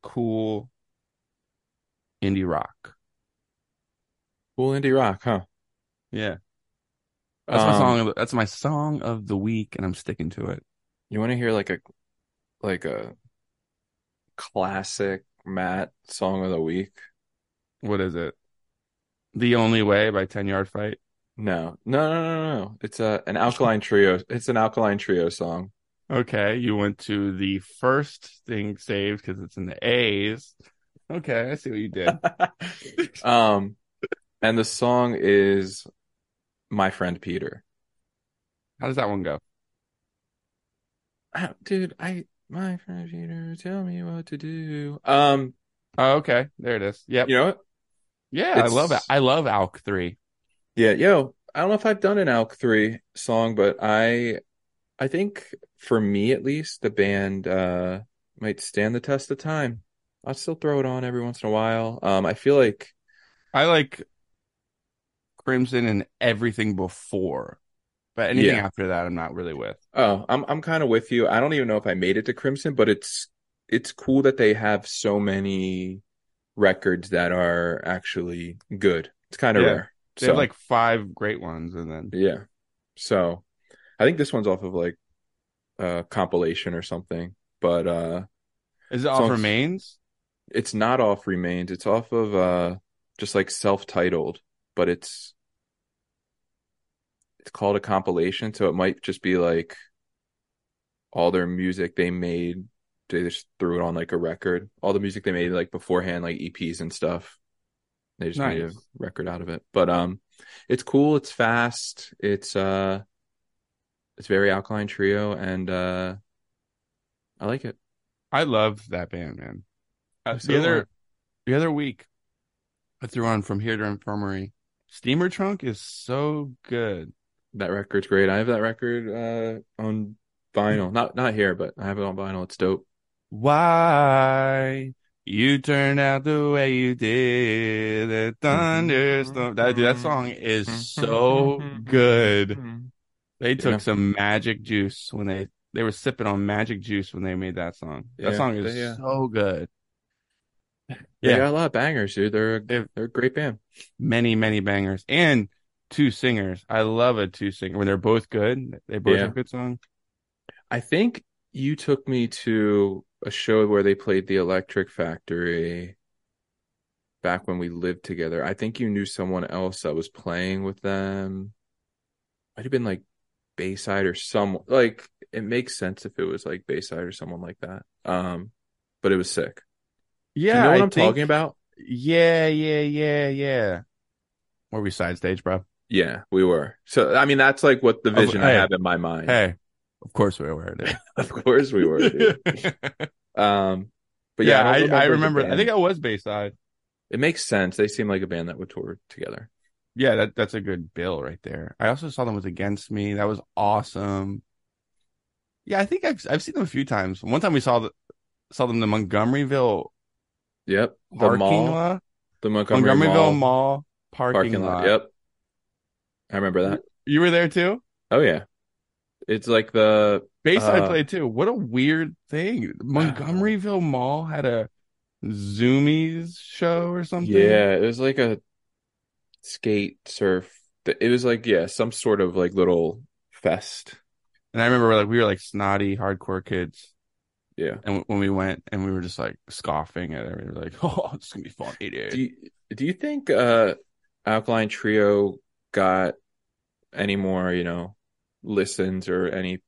B: cool indie rock,
A: Cool indie rock, huh?
B: yeah. That's my
A: Um,
B: song. Of the, that's my song of the week, and I'm sticking to it.
A: You want to hear like a like a classic Matt song of the week?
B: What is it? The Only Way by Ten Yard Fight.
A: No, no, no, no, no. It's a an alkaline trio. It's an alkaline trio song.
B: Okay, you went to the first thing saved because it's in the A's. Okay, I see what you did.
A: um, and the song is "My Friend Peter."
B: How does that one go?
A: Ah, Dude, I my friend Peter, tell me what to do. Um,
B: Oh, okay, there it is. Yep.
A: you know what?
B: Yeah,
A: It's-
B: I love it. I love Alk Three.
A: Yeah, yo, I don't know if I've done an Alk 3 song, but I I think for me at least, the band uh might stand the test of time. I'll still throw it on every once in a while. Um I feel like
B: I like Crimson and everything before, but anything
A: Yeah.
B: after that, I'm not really with.
A: oh, I'm I'm kind of with you. I don't even know if I made it to Crimson, but it's it's cool that they have so many records that are actually good. It's kind of
B: Yeah.
A: rare.
B: They
A: So,
B: have like five great ones, and then
A: yeah. So I think this one's off of like a compilation or something, but uh
B: is it all
A: Songs-
B: remains?
A: it's not off remains it's off of uh just like self-titled but it's it's called a compilation so it might just be like all their music they made they just threw it on like a record all the music they made like beforehand like eps and stuff they just made a
B: Nice.
A: record out of it but um it's cool it's fast it's uh it's very alkaline trio and uh i like it
B: I love that band, man. Uh, the
A: So do
B: other
A: I.
B: the other week, I threw on from here to infirmary. Steamer Trunk is so good.
A: That record's great. I have that record uh on vinyl.
B: Mm-hmm.
A: Not not here, but I have it on vinyl. It's dope.
B: Why you turned out the way you did? The thunderstorm. That, dude, that song is so good. They took
A: Yeah.
B: some magic juice when they they were sipping on magic juice when they made that song.
A: Yeah,
B: that song is
A: they, uh,
B: so good.
A: They
B: Yeah.
A: got a lot of bangers, dude. They're a,
B: They've-
A: they're a great band.
B: many many bangers and two singers i love a two singer when they're both good they both
A: Yeah.
B: have good songs
A: I think you took me to a show where they played the Electric Factory back when we lived together. I think you knew someone else that was playing with them. Might have been like Bayside or someone like it makes sense if it was like Bayside or someone like that. Um, but it was sick.
B: yeah
A: you know what
B: I
A: am
B: think-
A: talking about?
B: yeah yeah yeah yeah were we side stage bro
A: Yeah, we were. So I mean, that's like what the
B: Of-
A: vision I
B: hey.
A: have in my mind.
B: hey of course we were aware of
A: Of course, we were. dude.
B: it
A: um, but
B: but
A: yeah,
B: yeah,
A: don't
B: i, I
A: the
B: remember i
A: band.
B: think i was bayside
A: it makes sense. They seem like a band that would tour together.
B: yeah that, that's a good bill right there i also saw them with against me that was awesome yeah i think i've, I've seen them a few times one time we saw the, saw them the montgomeryville
A: Yep, the
B: parking
A: mall,
B: lot
A: the Montgomery
B: montgomeryville mall, parking,
A: parking lot.
B: lot
A: Yep, I remember that.
B: You were there too?
A: Oh yeah, it's like the
B: Bayside
A: Uh,
B: played too. What a weird thing. Montgomeryville Mall had a Zoomies show or something.
A: yeah, it was like a skate surf. It was like yeah, some sort of like little fest.
B: And I remember like we were like snotty hardcore kids.
A: Yeah.
B: And w- when we went and we were just like scoffing at everything, we were like, oh, it's gonna be funny, dude.
A: do you, do you think uh alkaline trio got any more you know listens or any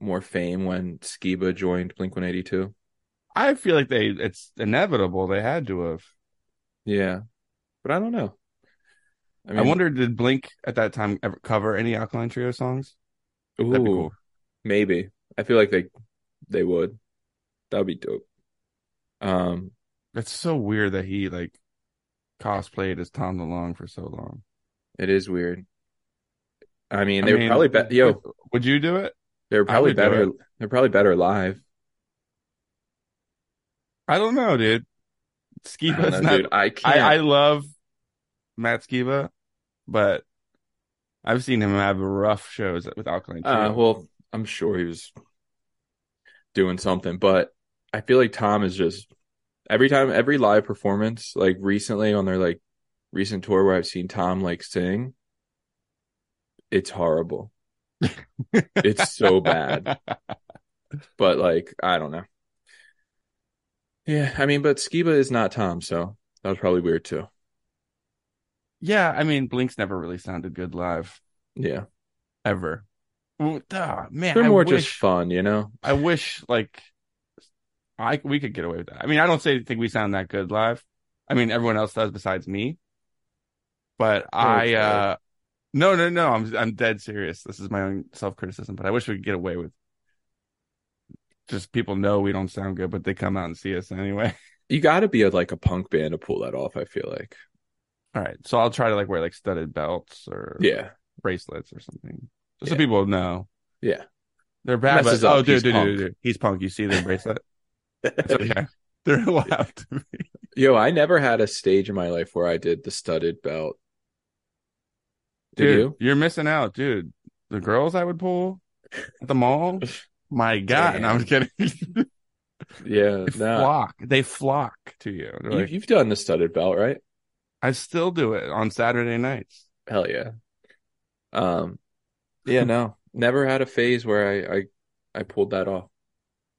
A: more fame when skiba joined blink 182
B: I feel like they it's inevitable. They had to have.
A: yeah but I don't know.
B: I, wonder, did Blink at that time ever cover any Alkaline Trio songs?
A: Ooh,
B: That'd be cool.
A: maybe. I feel like they they would. That'd be dope. Um,
B: That's so weird that he like cosplayed as Tom DeLonge for so long.
A: it is weird. I mean,
B: I
A: they
B: mean,
A: were probably better. Yo,
B: would- Would you do it?
A: they were probably
B: would do
A: better. They're probably better live.
B: I don't know, dude.
A: I don't
B: Skiba's
A: know,
B: not.
A: dude. I
B: I,
A: can't.
B: I love Matt Skiba, but I've seen him have rough shows with Alkaline Trio.
A: Uh, well, I'm sure he was doing something, but I feel like Tom is just every time, every live performance, like recently on their like recent tour where I've seen Tom like sing, it's horrible. it's so bad, but like I don't know. Yeah, I mean, but Skiba is not Tom, so that was probably weird too.
B: Yeah, I mean, Blink's never really sounded good live
A: Yeah,
B: ever. Well, duh, man,
A: they're
B: I
A: more
B: wish,
A: just fun, you know.
B: I wish like I we could get away with that. I mean, I don't say think we sound that good live. I mean, everyone else does besides me. But I
A: Oh, Okay.
B: uh no, no, no, I'm I'm dead serious. This is my own self-criticism, but I wish we could get away with just people know we don't sound good, but they come out and see us anyway.
A: You got to be a, like a punk band to pull that off. I feel like.
B: All right. So I'll try to like wear like studded belts or
A: Yeah,
B: bracelets or something. Just so
A: Yeah.
B: people know.
A: yeah.
B: They're bad, but
A: Messes up.
B: oh, dude,
A: He's
B: dude,
A: punk.
B: dude, dude, he's punk. You see their bracelet? so, yeah, they're allowed to be.
A: Yo, I never had a stage in my life where I did the studded belt. Did
B: Dude,
A: you?
B: you're missing out, dude. The girls I would pull at the mall, my god, no, I'm just kidding. they
A: Yeah, no.
B: flock. They flock to you. They're
A: You,
B: like,
A: you've done the studded belt, right?
B: I still do it on Saturday nights.
A: Hell yeah. Um, yeah, no, never had a phase where I I, I pulled that off.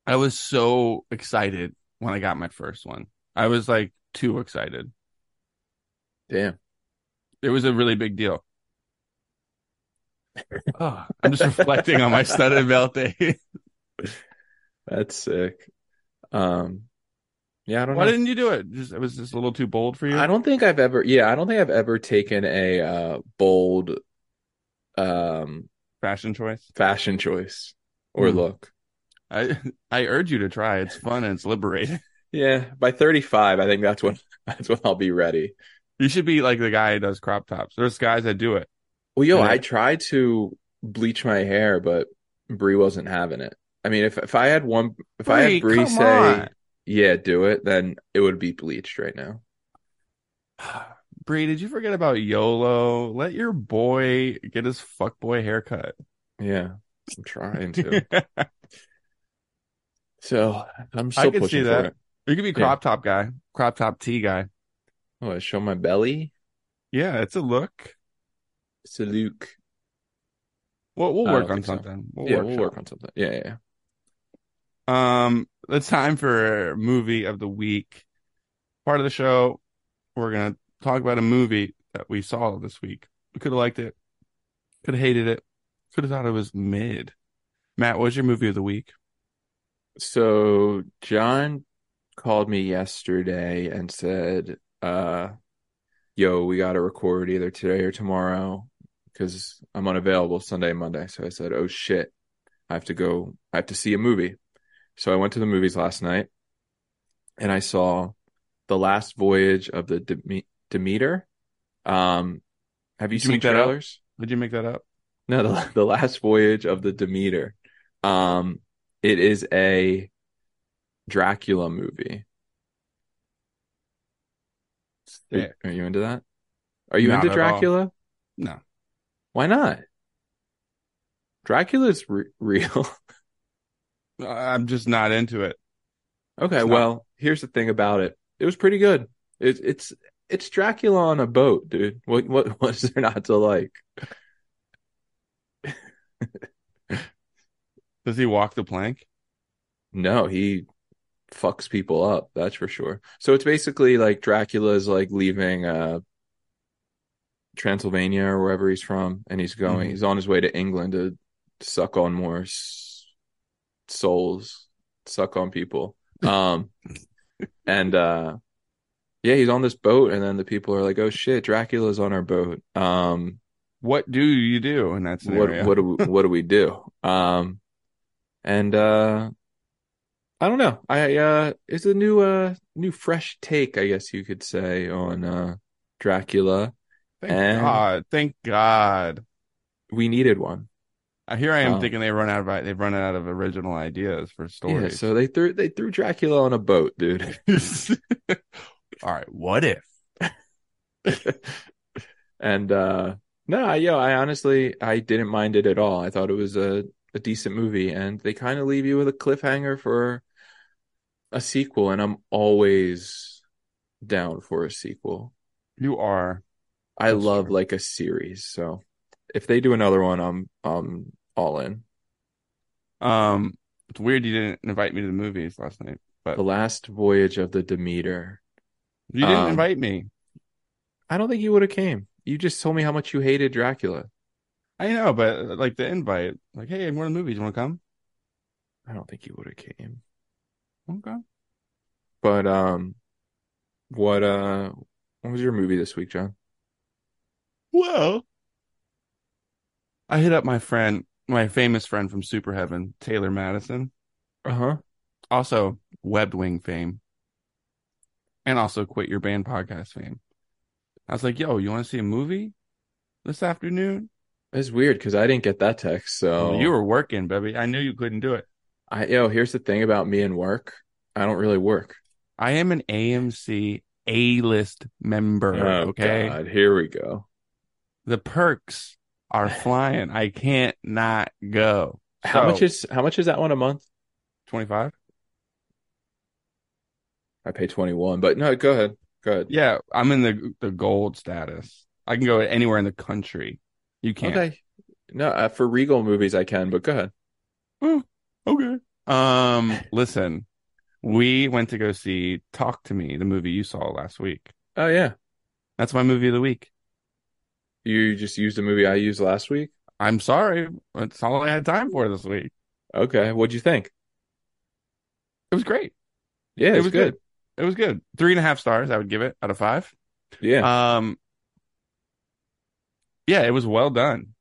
B: I was so excited when I got my first one. I was like too excited.
A: Damn.
B: It was a really big deal. oh, I'm just reflecting on my studded belt day.
A: That's sick. Um, yeah, I don't
B: Why
A: know.
B: didn't you do it? Just it was just a little too bold for you.
A: I don't think I've ever, yeah, I don't think I've ever taken a uh bold um
B: fashion choice.
A: fashion choice or
B: Hmm.
A: look.
B: I I urge you to try. It's fun and it's liberating.
A: Yeah, by 35, I think that's when that's when I'll be ready.
B: You should be like the guy who does crop tops. There's guys that do it.
A: Well, yo,
B: Yeah.
A: I tried to bleach my hair, but Bree wasn't having it. I mean, if if I had one, if I
B: Bree,
A: had Bree
B: come
A: say,
B: on.
A: "Yeah, do it," then it would be bleached right now.
B: Bree, did you forget about YOLO? Let your boy get his fuckboy haircut.
A: Yeah, I'm trying to. so I'm still
B: could see
A: pushing for
B: that.
A: it.
B: you could be crop top guy, crop top tee guy.
A: Oh, I show my belly.
B: Yeah, it's a look.
A: It's a Luke.
B: We'll we'll
A: I
B: work
A: don't
B: on
A: think so.
B: something. We'll
A: yeah,
B: work
A: we'll
B: something.
A: work on something. Yeah, yeah. yeah.
B: Um, the time for movie of the week. Part of the show, we're gonna talk about a movie that we saw this week. We could have liked it, could have hated it, could have thought it was mid. Matt, what was your movie of the week?
A: So John called me yesterday and said, uh, yo, we got to record either today or tomorrow because I'm unavailable Sunday and Monday. So I said, oh shit, I have to go, I have to see a movie. So I went to the movies last night and I saw The Last Voyage of the Deme- Demeter. Um, have you
B: Did you
A: seen
B: make that up?
A: trailers?
B: Did you make that up?
A: No, the, the last voyage of the Demeter. Um, it is a Dracula movie. Are,
B: Yeah.
A: are you into that? Are you
B: Not
A: into
B: at all.
A: Dracula?
B: No.
A: Why not? Dracula's re real.
B: I- Uh, I'm just not into it.
A: Okay,
B: It's not.
A: well, here's the thing about it. It was pretty good. It, it's it's Dracula on a boat, dude. What what what is there not to like?
B: Does he walk the plank?
A: No, he fucks people up, that's for sure. So it's basically like Dracula's like leaving uh Transylvania or wherever he's from, and he's going,
B: Mhm.
A: he's on his way to England to suck on more s- souls, suck on people. Um and uh yeah, he's on this boat, and then the people are like, "Oh shit, Dracula's on our boat." Um,
B: What do you do in that
A: what
B: scenario?
A: what do we, what do we do? Um, and uh, I don't know. I uh, it's a new uh new fresh take, I guess you could say, on uh Dracula.
B: Thank
A: and-
B: God. Thank God.
A: We needed one.
B: Uh, Here I am
A: Um,
B: thinking they run out of they've run out of original ideas for
A: Yeah,
B: stories.
A: so they threw they threw Dracula on a boat, dude.
B: All right, what if?
A: and uh no, I, yo, I honestly I didn't mind it at all. I thought it was a a decent movie, and they kind of leave you with a cliffhanger for a sequel, and I'm always down for a sequel.
B: You are
A: I
B: That's
A: love
B: true.
A: like a series, so if they do another one, I'm I'm all in.
B: um it's weird you didn't invite me to the movies last night.
A: The Last Voyage of the Demeter.
B: You didn't
A: Um,
B: invite me.
A: I don't think you would have came. You just told me how much you hated Dracula.
B: I know, but uh, like the invite, like, hey, I'm going to the movies. You want to come?
A: I don't think you would have came.
B: Okay.
A: But um, what uh, what was your movie this week, John?
B: Well, I hit up my friend, my famous friend from Super Heaven, Taylor Madison,
A: Uh
B: Uh-huh.
A: huh.
B: also Webbed Wing fame, and also Quit Your Band podcast fame. I was like, yo, you want to see a movie this afternoon?
A: That's weird because I didn't get that text. So
B: Well, you were working, baby. I knew you couldn't do it.
A: I yo. Here's the thing about me and work. I don't really work.
B: I am an AMC A list member. Oh, okay.
A: Oh, God, here we go.
B: the perks are flying. I can't not go.
A: How
B: So,
A: much is how much is that one a month?
B: 25?
A: I pay twenty one. But no, go ahead. Go ahead.
B: Yeah, I'm in the the gold status. I can go anywhere in the country. You can't.
A: Okay. No, uh, for Regal movies I can, but go ahead.
B: Okay. Um, listen, we went to go see Talk to Me, the movie you saw last week.
A: Oh yeah,
B: That's my movie of the week.
A: you just used a movie I used last week.
B: I'm sorry. That's all I had time for this week.
A: Okay, what'd you think?
B: It was great.
A: Yeah,
B: It
A: it's
B: was
A: good.
B: It was good. Three and a half stars, I would give it out of five.
A: Yeah,
B: Um, yeah, it was well done.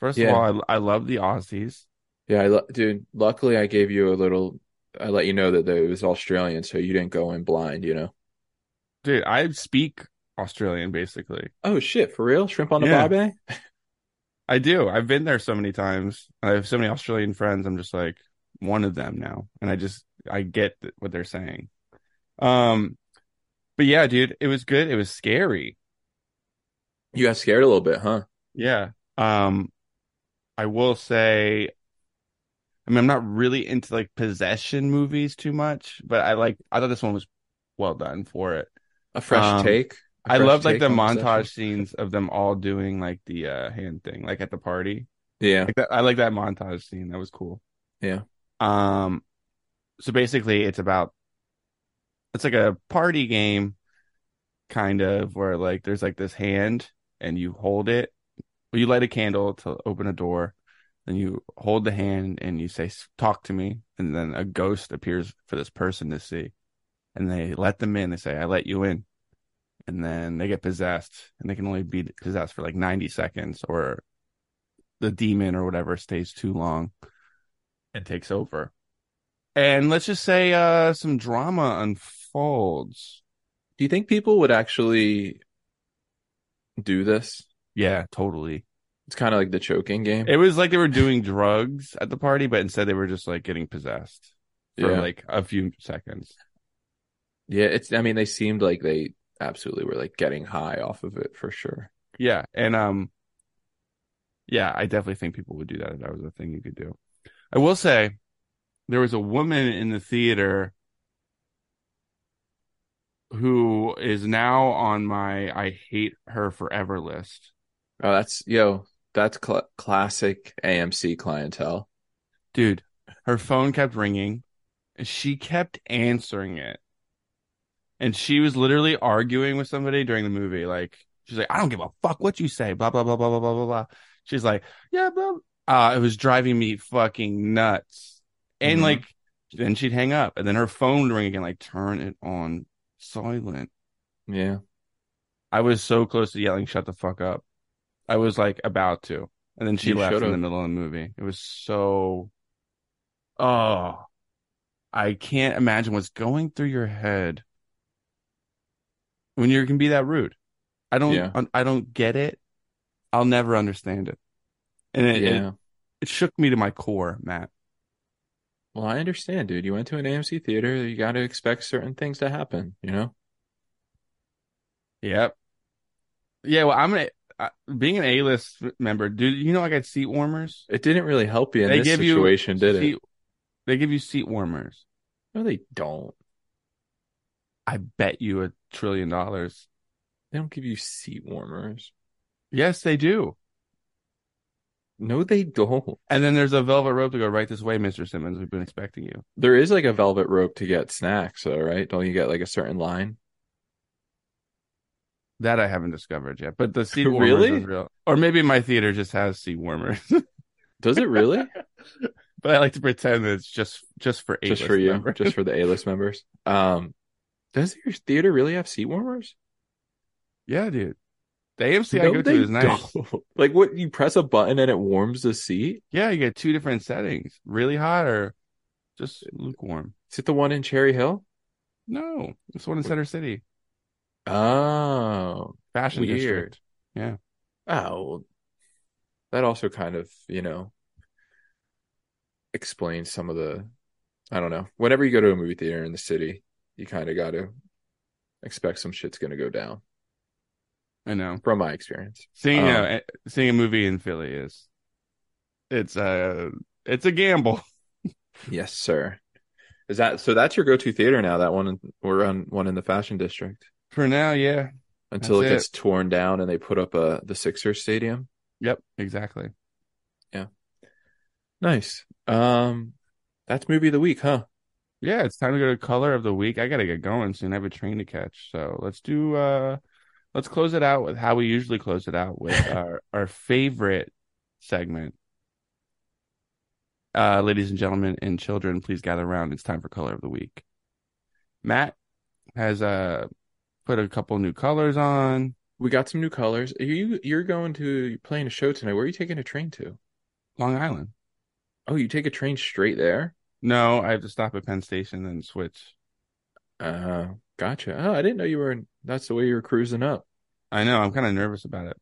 B: First
A: Yeah.
B: of all, I, I love the Aussies.
A: yeah, I lo- dude. Luckily, I gave you a little. I let you know that it was Australian, so you didn't go in blind. You know.
B: Dude, I speak Australian basically.
A: Oh shit! For real? Shrimp on a
B: Yeah.
A: barbie?
B: I do. I've been there so many times. I have so many Australian friends. I'm just like one of them now, and I just I get th- what they're saying. Um, but yeah, dude, it was good. It was scary.
A: You got scared a little bit, huh?
B: Yeah. Um, I will say, I mean, I'm not really into like possession movies too much, but I like, I thought this one was well done for it.
A: A fresh
B: Um,
A: take. I
B: I love like the montage scenes of them all doing like the uh hand thing, like at the party.
A: Yeah.
B: Like that, I like that montage scene. That was cool.
A: Yeah.
B: Um, so basically, it's about it's like a party game, kind of where like there's like this hand and you hold it. Well, you light a candle to open a door, then you hold the hand and you say "talk to me," and then a ghost appears for this person to see, and they let them in. They say, "I let you in." And then they get possessed, and they can only be possessed for like 90 seconds, or the demon or whatever stays too long and takes over. And let's just say uh some drama unfolds.
A: Do you think people would actually do this?
B: Yeah, totally.
A: It's kind of like the choking game.
B: It was like they were doing drugs at the party, but instead they were just like getting possessed for
A: yeah.
B: like a few seconds.
A: yeah. It's. I mean, they seemed like they absolutely were like getting high off of it for sure.
B: Yeah, and um yeah, I definitely think people would do that if that was a thing you could do. I will say there was a woman in the theater who is now on my I hate her forever list.
A: Oh, that's yo. That's cl- classic AMC clientele.
B: Dude, her phone kept ringing. She kept answering it. And she was literally arguing with somebody during the movie. Like, she's like, I don't give a fuck what you say, blah, blah, blah, blah, blah, blah, blah, blah. She's like, yeah, blah. Uh, it was driving me fucking nuts. And
A: Mhm.
B: like, then she'd hang up and then her phone would ring again, like, turn it on silent.
A: Yeah.
B: I was so close to yelling, shut the fuck up. I was like about to. And then she
A: You
B: left in the
A: should've.
B: middle of the movie. It was so. Oh. I can't imagine what's going through your head when you can be that rude. I don't,
A: Yeah.
B: I don't get it. I'll never understand it. And it, it-
A: yeah.
B: it shook me to my core, Matt.
A: Well, I understand, dude. You went to an AMC theater, you got to expect certain things to happen, you know?
B: Yep. Yeah. Well, I'm an, I, being an A-list member, dude, you know, I got seat warmers.
A: It didn't really help you in
B: They
A: this
B: give you
A: situation, did it?
B: Seat- They give you seat warmers.
A: No, they don't.
B: I bet you a trillion dollars.
A: They don't give you seat warmers.
B: Yes, they do.
A: No, they don't.
B: And then there's a velvet rope to go right this way, Mr. Simmons. We've been expecting you.
A: There is like a velvet rope to get snacks, though, right? Don't you get like a certain line?
B: That I haven't discovered yet. But the seat warmers
A: Really?
B: is real. Or maybe my theater just has seat warmers.
A: Does it really?
B: but I like to pretend that it's just just for A-list
A: just for you,
B: members.
A: just for the A-list members. Um, does your theater really have seat warmers?
B: yeah, dude. The AMC I
A: No,
B: go
A: they
B: to is nice.
A: don't. Like what? You press a button and it warms the seat.
B: Yeah, you get two different settings. Really hot or just lukewarm.
A: Is it the one in Cherry Hill?
B: No. It's one in Center City.
A: Oh,
B: Fashion
A: Weird.
B: district.
A: oh, well, that also kind of you know explains some of the. I don't know. Whenever you go to a movie theater in the city, you kind of got to expect some shit's going to go down.
B: I know.
A: From my experience,
B: Seeing
A: Um,
B: a seeing a movie in Philly is it's a it's a gamble.
A: yes, sir. Is that so? That's your go-to theater now. That one in, we're on one in the fashion district.
B: For now, yeah.
A: until it,
B: That's it.
A: gets torn down and they put up a the Sixers stadium.
B: Yep, exactly.
A: Nice. Um, that's movie of the week, huh?
B: Yeah, it's time to go to color of the week. I gotta get going soon. I have a train to catch. So let's do uh let's close it out with how we usually close it out with our our favorite segment. Uh ladies and gentlemen and children, please gather around. It's time for color of the week. Matt has uh put a couple new colors on.
A: We got some new colors. Are you you're going to you're playing a show tonight. Where are you taking a train to?
B: Long Island.
A: Oh, you take a train straight there.
B: No, I have to stop at Penn Station and switch.
A: Uh, gotcha. Oh, I didn't know you were. In, that's the way you were cruising up.
B: I know, I'm kind of nervous about it.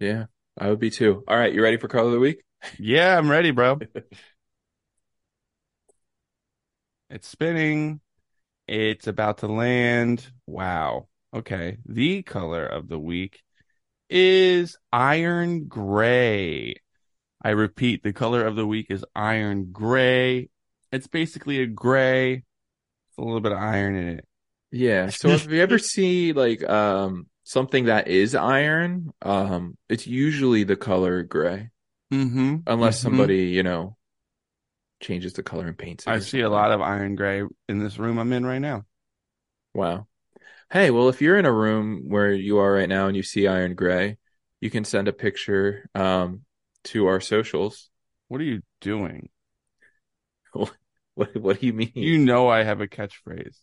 A: Yeah, I would be too. All right, you ready for color of the week?
B: Yeah, I'm ready, bro. it's spinning. It's about to land. Wow. Okay. The color of the week is iron gray. I repeat, the color of the week is iron gray. It's basically a gray, with a little bit of iron in it.
A: Yeah. So if you ever see like um something that is iron, um, it's usually the color gray.
B: Mm-hmm.
A: unless
B: Mhm.
A: somebody you know changes the color and paints it.
B: I see a lot of iron gray in this room I'm in right now.
A: wow. Hey, well, if you're in a room where you are right now and you see iron gray, you can send a picture um, to our socials.
B: What are you doing?
A: What What do you mean?
B: You know I have a catchphrase.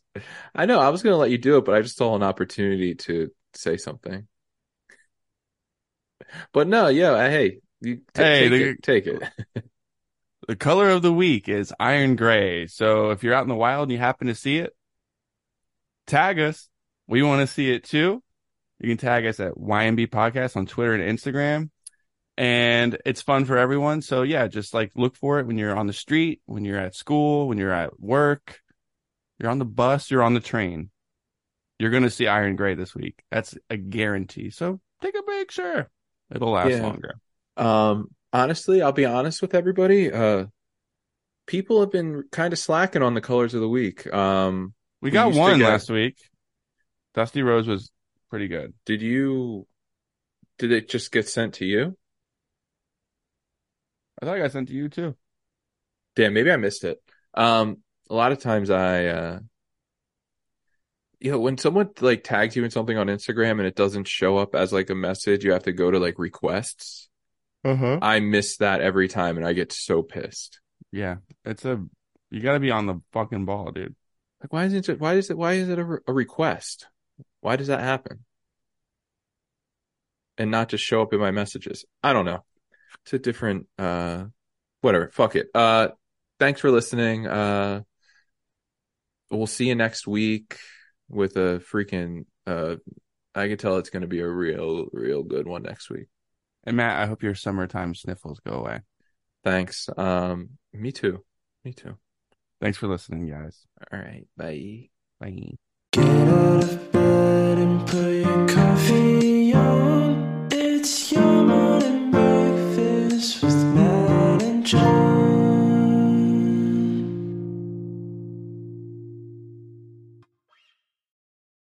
A: I know I was going to let you do it, but I just saw an opportunity to say something. But no, yeah, hey, you t-
B: Hey,
A: take,
B: the-
A: it, take it.
B: The color of the week is iron gray. So if you're out in the wild and you happen to see it, tag us. We want to see it too. You can tag us at YMB Podcast on Twitter and Instagram. And it's fun for everyone. So yeah, just like look for it when you're on the street, when you're at school, when you're at work, you're on the bus, you're on the train. You're going to see iron gray this week. That's a guarantee. So take a picture. It'll last
A: Yeah.
B: longer.
A: Um, honestly, I'll be honest with everybody. Uh, people have been kind of slacking on the colors of the week. Um,
B: We
A: We
B: got
A: used to
B: one
A: get-
B: last week. Dusty Rose was pretty good.
A: did you did it just get sent to you
B: I thought I got sent to you too.
A: damn maybe i missed it um a lot of times i uh you know when someone like tags you in something on instagram and it doesn't show up as like a message you have to go to like requests
B: Uh huh.
A: i miss that every time and i get so pissed
B: Yeah, it's a you got to be on the fucking ball, dude.
A: like why isn't it why is it why is it a, re- a request Why does that happen? And not just show up in my messages. I don't know. It's a different uh whatever. Fuck it. Uh thanks for listening. Uh we'll see you next week with a freaking uh I can tell it's gonna be a real, real good one next week.
B: And Matt, I hope your summertime sniffles go away.
A: Thanks. Um me too. Me too.
B: Thanks for listening, guys.
A: All right. Bye.
B: Bye.